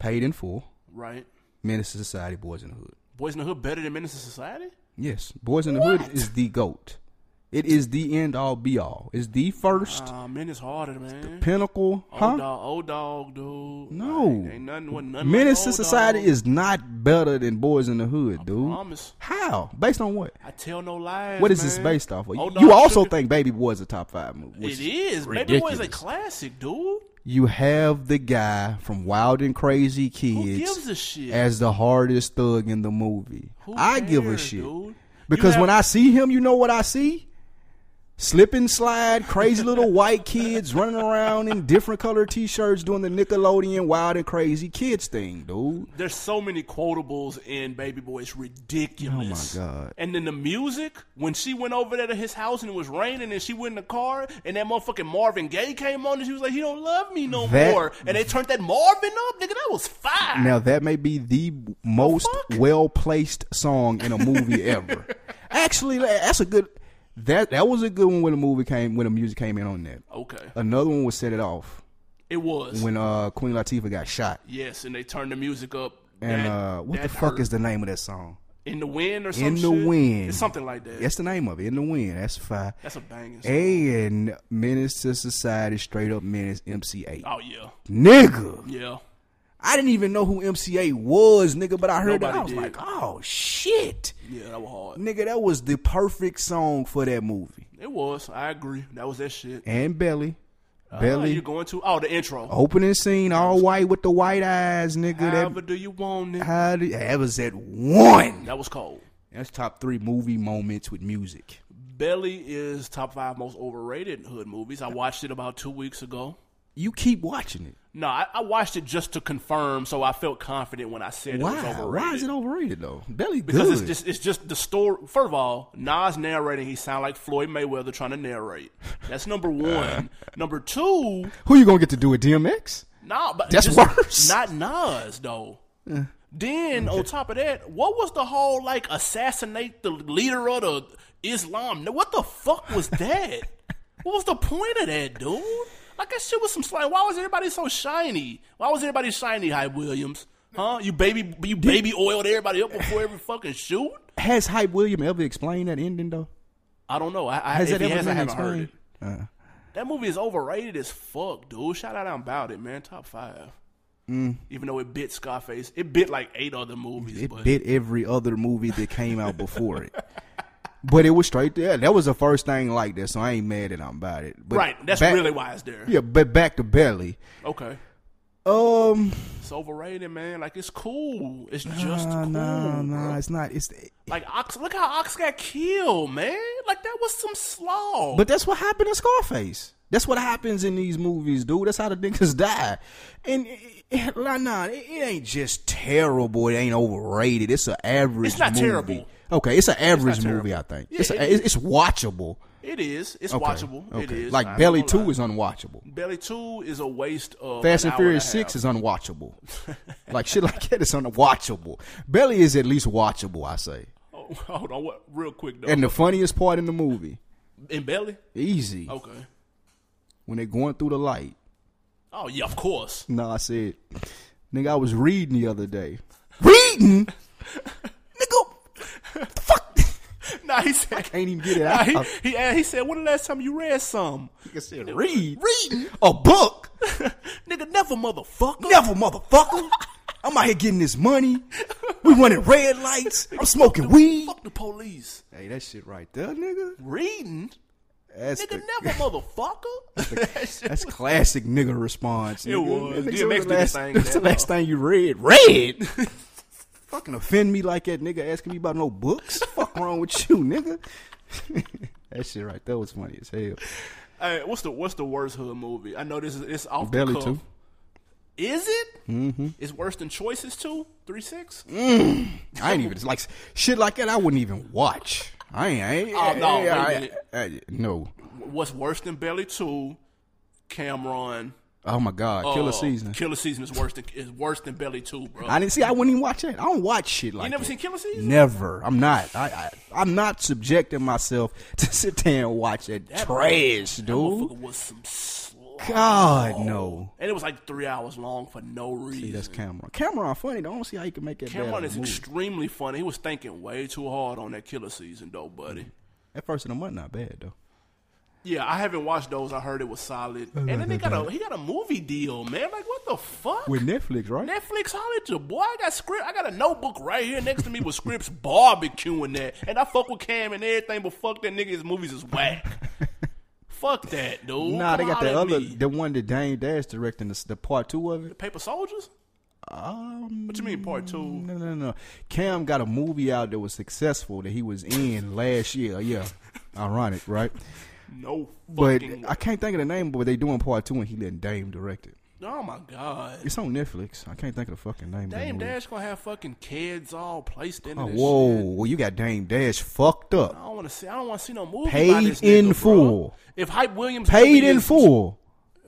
paid in full. Right. Menace to Society, Boys in the Hood. Boys in the Hood better than Menace to Society? Yes, Boys in the Hood is the goat. It is the end all be all. It's the first Nah, Uh, Men is harder, man. pinnacle. Old huh? dog, old dog, dude. No. Ain't, ain't nothing, wasn't nothing Menace like to Old Society Dog. is not better than Boys in the Hood, dude. Promise. How? Based on what? I tell no lies. What is this man. based off of? Old you Dog also Sugar- think Baby Boy is a top five movie? which It is. Baby Boy ridiculous. is a classic, dude. You have the guy from Wild and Crazy Kids gives a shit? as the hardest thug in the movie. Who I give a cares, shit. dude? You Because when have- I see him, you know what I see? Slip and slide, crazy little white kids running around in different color t-shirts doing the Nickelodeon Wild and Crazy Kids thing, dude. There's so many quotables in Baby Boy. It's ridiculous. Oh, my God. And then the music when she went over there to his house and it was raining and she went in the car and that motherfucking Marvin Gaye came on and she was like, "He don't love me no That- more." And they turned that Marvin up, nigga. That was fire. Now that may be the most fuck? well-placed song in a movie ever. Actually, tha- that's a good that that was a good one when the movie came when the music came in on that. okay, Another one was set it off it was. when uh Queen Latifah got shot. yes, and they turned the music up. And That- uh what the that fuck hurt. is the name of that song? in the wind or something? In the Wind. It's something like that. That's the name of it. In the wind. That's fine. That's a banging. song. And Menace to Society, straight up Menace MCA. oh yeah, Nigga. yeah. I didn't even know who MCA was, nigga, but I heard that. Nobody I was did. like, oh shit. Yeah, that was hard. Nigga, that was the perfect song for that movie. It was. I agree. That was that shit. And Belly. Ah, Belly. you going to? Oh, the intro. Opening scene, all white with the white eyes, nigga. However, That, do you want it? how did, that was at one. That was cold. That's top three movie moments with music. Belly is top five most overrated hood movies. I watched it about two weeks ago. You keep watching it. No, I, I watched it just to confirm, so I felt confident when I said it was Why? overrated. Why is it overrated though? Belly good. Because it's just it's just the story. First of all, Nas narrating, he sound like Floyd Mayweather trying to narrate. That's number one. number two, Who you gonna get to do it, DMX? nah, but That's just worse. Not Nas though. Then on top of that, what was the whole like assassinate the leader of the Islam? What the fuck was that? What was the point of that, dude? Like that shit was some slime. Why was everybody so shiny? Why was everybody shiny, Hype Williams? Huh? You baby, you baby oiled everybody up before every fucking shoot. Has Hype William ever explained that ending though? I don't know. I, I Has if that he ever has, I been haven't heard it. explained? Uh, That movie is overrated as fuck, dude. Shout out about it, man. Top five. Even though it bit Scarface, it bit like eight other movies. Mm. It but bit every other movie that came out before it. But it was straight there. That was the first thing like that, so I ain't mad at him about it. But right, that's back- really why it's there. Yeah, but back to Belly. Okay, Um, it's overrated, man. Like it's cool. It's just nah, cool. nah, bro. nah, it's not. It's Like Ox, look how Ox got killed, man. Like that was some slaw. But that's what happened to Scarface. That's what happens in these movies, dude. That's how the niggas die. And it- it- nah, nah, it, it ain't just terrible. It ain't overrated. It's an average. It's not movie. terrible. Okay, it's an average terrible. movie. I think Yeah, it's, a, it- it's it's watchable. it is. It's Okay, watchable. It okay. is. I Like ain't Belly gonna Two lie. is unwatchable. Belly Two is a waste of Fast an and hour Furious a Six half. is unwatchable. like shit like that is unwatchable. Belly is at least watchable. I say. Oh, hold on, what? Real quick though. And the funniest part in the movie, in Belly. easy Okay. when they're going through the light. Oh yeah, of course. No, I said, nigga, I was reading the other day. Reading, nigga, the fuck. Nah, he said. I can't even get it Nah, he, out. he, asked- he said, "When the last time you read some?" I said, read, Reading. a book. Nigga, never, motherfucker. Never, motherfucker. I'm out here getting this money. We running red lights. I'm smoking weed. Fuck the police. Hey, that shit right there, nigga. Reading. That's Nigga, the- never, motherfucker. That shit That's classic nigga response. It nigga. was. That nigga DMX said did the the last, same that's the thing, last thing you read. Read. Fucking offend me like that, nigga. Asking me about no books. Fuck wrong with you, nigga. that shit right there was funny as hell. Hey, what's the what's the worst hood movie? I know this is it's off Belly the cuff. Two. Is it? Mm-hmm. It's worse than Choices Two, Three Six. Mm-hmm. I ain't even like shit like that. I wouldn't even watch. I ain't. I ain't Oh, no, wait a I- minute. I- no. What's worse than Belly Two? Cameron. Oh my god, uh, killer season. Killer Season is worse than is worse than Belly Two, bro. I didn't see. I wouldn't even watch that. I don't watch shit like. you never that. seen Killer Season? Never. I'm not. I, I I'm not subjecting myself to sit there and watch that, trash, That dude. motherfucker was some slow. God no. And it was like three hours long for no reason. That's Cameron. Cameron funny. though. I don't see how you can make that. bad Cameron of a is movie. extremely funny. He was thinking way too hard on that Killer Season, though, buddy. That first in the month not bad though. Yeah, I haven't watched those. I heard it was solid. And then they got a he got a movie deal, man. Like what the fuck? With Netflix, right? Netflix, holla at your boy. I got script. I got a notebook right here next to me with scripts barbecuing that, and I fuck with Cam and everything. But fuck that nigga. His movies is whack. fuck that, dude. nah, they Come got the holla at other, me. the one that Dane Dash directing, the, the part two of it. Paper Soldiers. Um, What you mean part two? No, no, no. Cam got a movie out that was successful that he was in last year. Yeah, ironic, right? No But fucking. I can't think of the name. But they doing part two, and he letting Dame direct it. oh my god. It's on Netflix. I can't think of the fucking name. Dame of that movie. Dash gonna have fucking kids all placed in. Oh, this whoa, shit. well you got Dame Dash fucked I up. don't want to see. I don't want to see no movie. by Paid this nigga, in bro. full. If Hype Williams Paid really in is- full.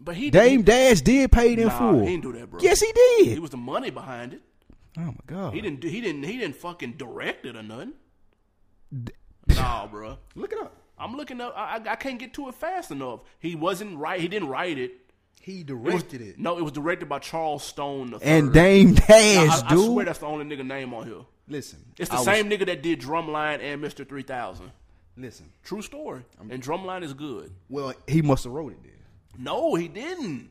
but he Dame didn't- Dash did paid in Nah, full. he didn't do that, bro. Yes, he He did. was the money behind it. Oh my god. He didn't. do- He didn't. He didn't fucking direct it or nothing. nah, bro. Look it up. I'm looking up. I, I- I can't get to it fast enough. He wasn't right. He didn't write it. He It was- No, it was directed by Charles Stone. III. And Dame Dash, I, I dude. swear that's the only nigga name on here. listen, It's the I was- same nigga that did Drumline and Mr. 3000. listen. True story. and Drumline is good. Well, he must have wrote it then. No, he didn't.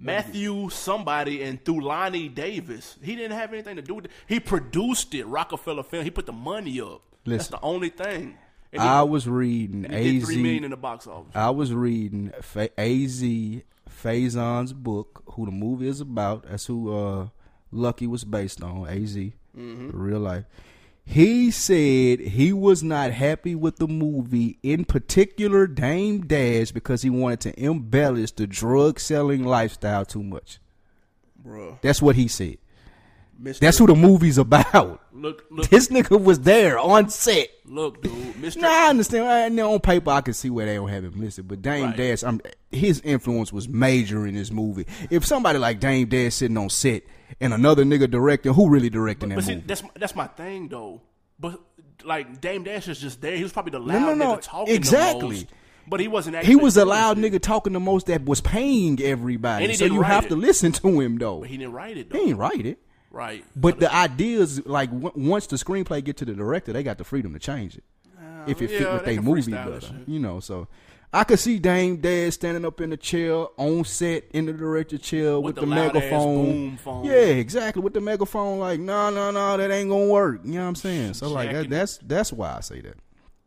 Matthew somebody and Thulani Davis. He didn't have anything to do with it. He produced it, Rockefeller Film. He put the money up. That's Listen. the only thing. And he, I was reading he did three million AZ. in the box office. I was reading Fa- AZ Faison's book, who the movie is about. That's who uh, Lucky was based on. AZ, real life. He said he was not happy with the movie, in particular Dame Dash, because he wanted to embellish the drug selling lifestyle too much. Bro. That's what he said. Mr. That's who the movie's about. look look This nigga was there on set. look, dude. Mr. No, I understand. I, now on paper, I can see where they don't have him listed, but Dame Right. Dash, I'm, his influence was major in this movie. If somebody like Dame Dash sitting on set and another nigga directing, who really directing But that see, movie? that's that's my thing though. But like Dame Dash is just there. He was probably the no, loud no. nigga talking the Exactly. most. But he wasn't. He actually was a doing loud shit. nigga talking the most that was paying everybody. And he so didn't you write have it. to listen to him though. But he didn't write it He though. ain't write it. Right. But the ideas, like w- once the screenplay get to the director, they got the freedom to change it if it fit Uh, yeah, with they their can movie freestyle that better. shit. You know, so I could see Dame Dad standing up in the chair on set in the director chair with, the the, loud-ass megaphone. boom phone. Yeah, exactly. With the megaphone, like no, no, no, that ain't gonna work. You know what I'm saying? So like Jacking it. that, that's that's why I say that.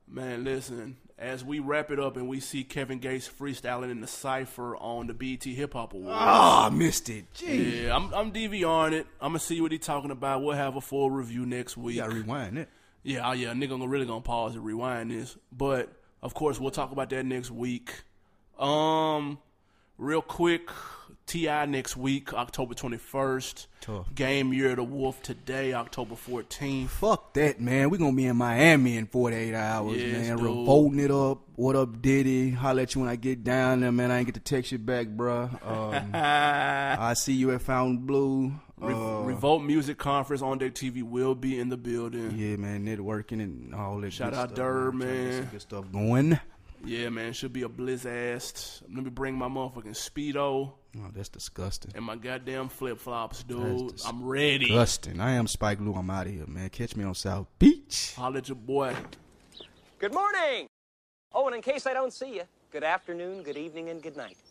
Man, listen. As we wrap it up and we see Kevin Gates freestyling in the cipher on the BET Hip Hop Awards. Oh, I missed it. Gee, Yeah, I'm I'm DVRing it. I'm gonna see what he talking about. We'll have a full review next week. you gotta rewind it. Yeah, oh yeah, nigga gonna really gonna pause and rewind this. But of course we'll talk about that next week. Um real quick, TI next week, October twenty first. Tough. Game Year of the Wolf today, October fourteenth. Fuck that, man. we going to be in Miami in 48 hours, Yes, man. dude. Revolting it up. What up, Diddy? Holla at you when I get down there, man. I ain't get to text you back, bruh. Um, I see you at Fountain Blue. Re- Uh, Revolt Music Conference on Deck TV will be in the building. yeah, man. Networking and all that Shout good out stuff, Durr, Trying to get some man. Good stuff going. Yeah, man, should be a blizz ass. Let me bring my motherfucking speedo Oh, that's disgusting. and my goddamn flip flops, That's dude. dis- I'm ready. Disgusting. I am Spike Lou. I'm out of here, man. Catch me on South Beach. Holla at your boy. Good morning. Oh, and in case I don't see you, good afternoon, good evening, and good night.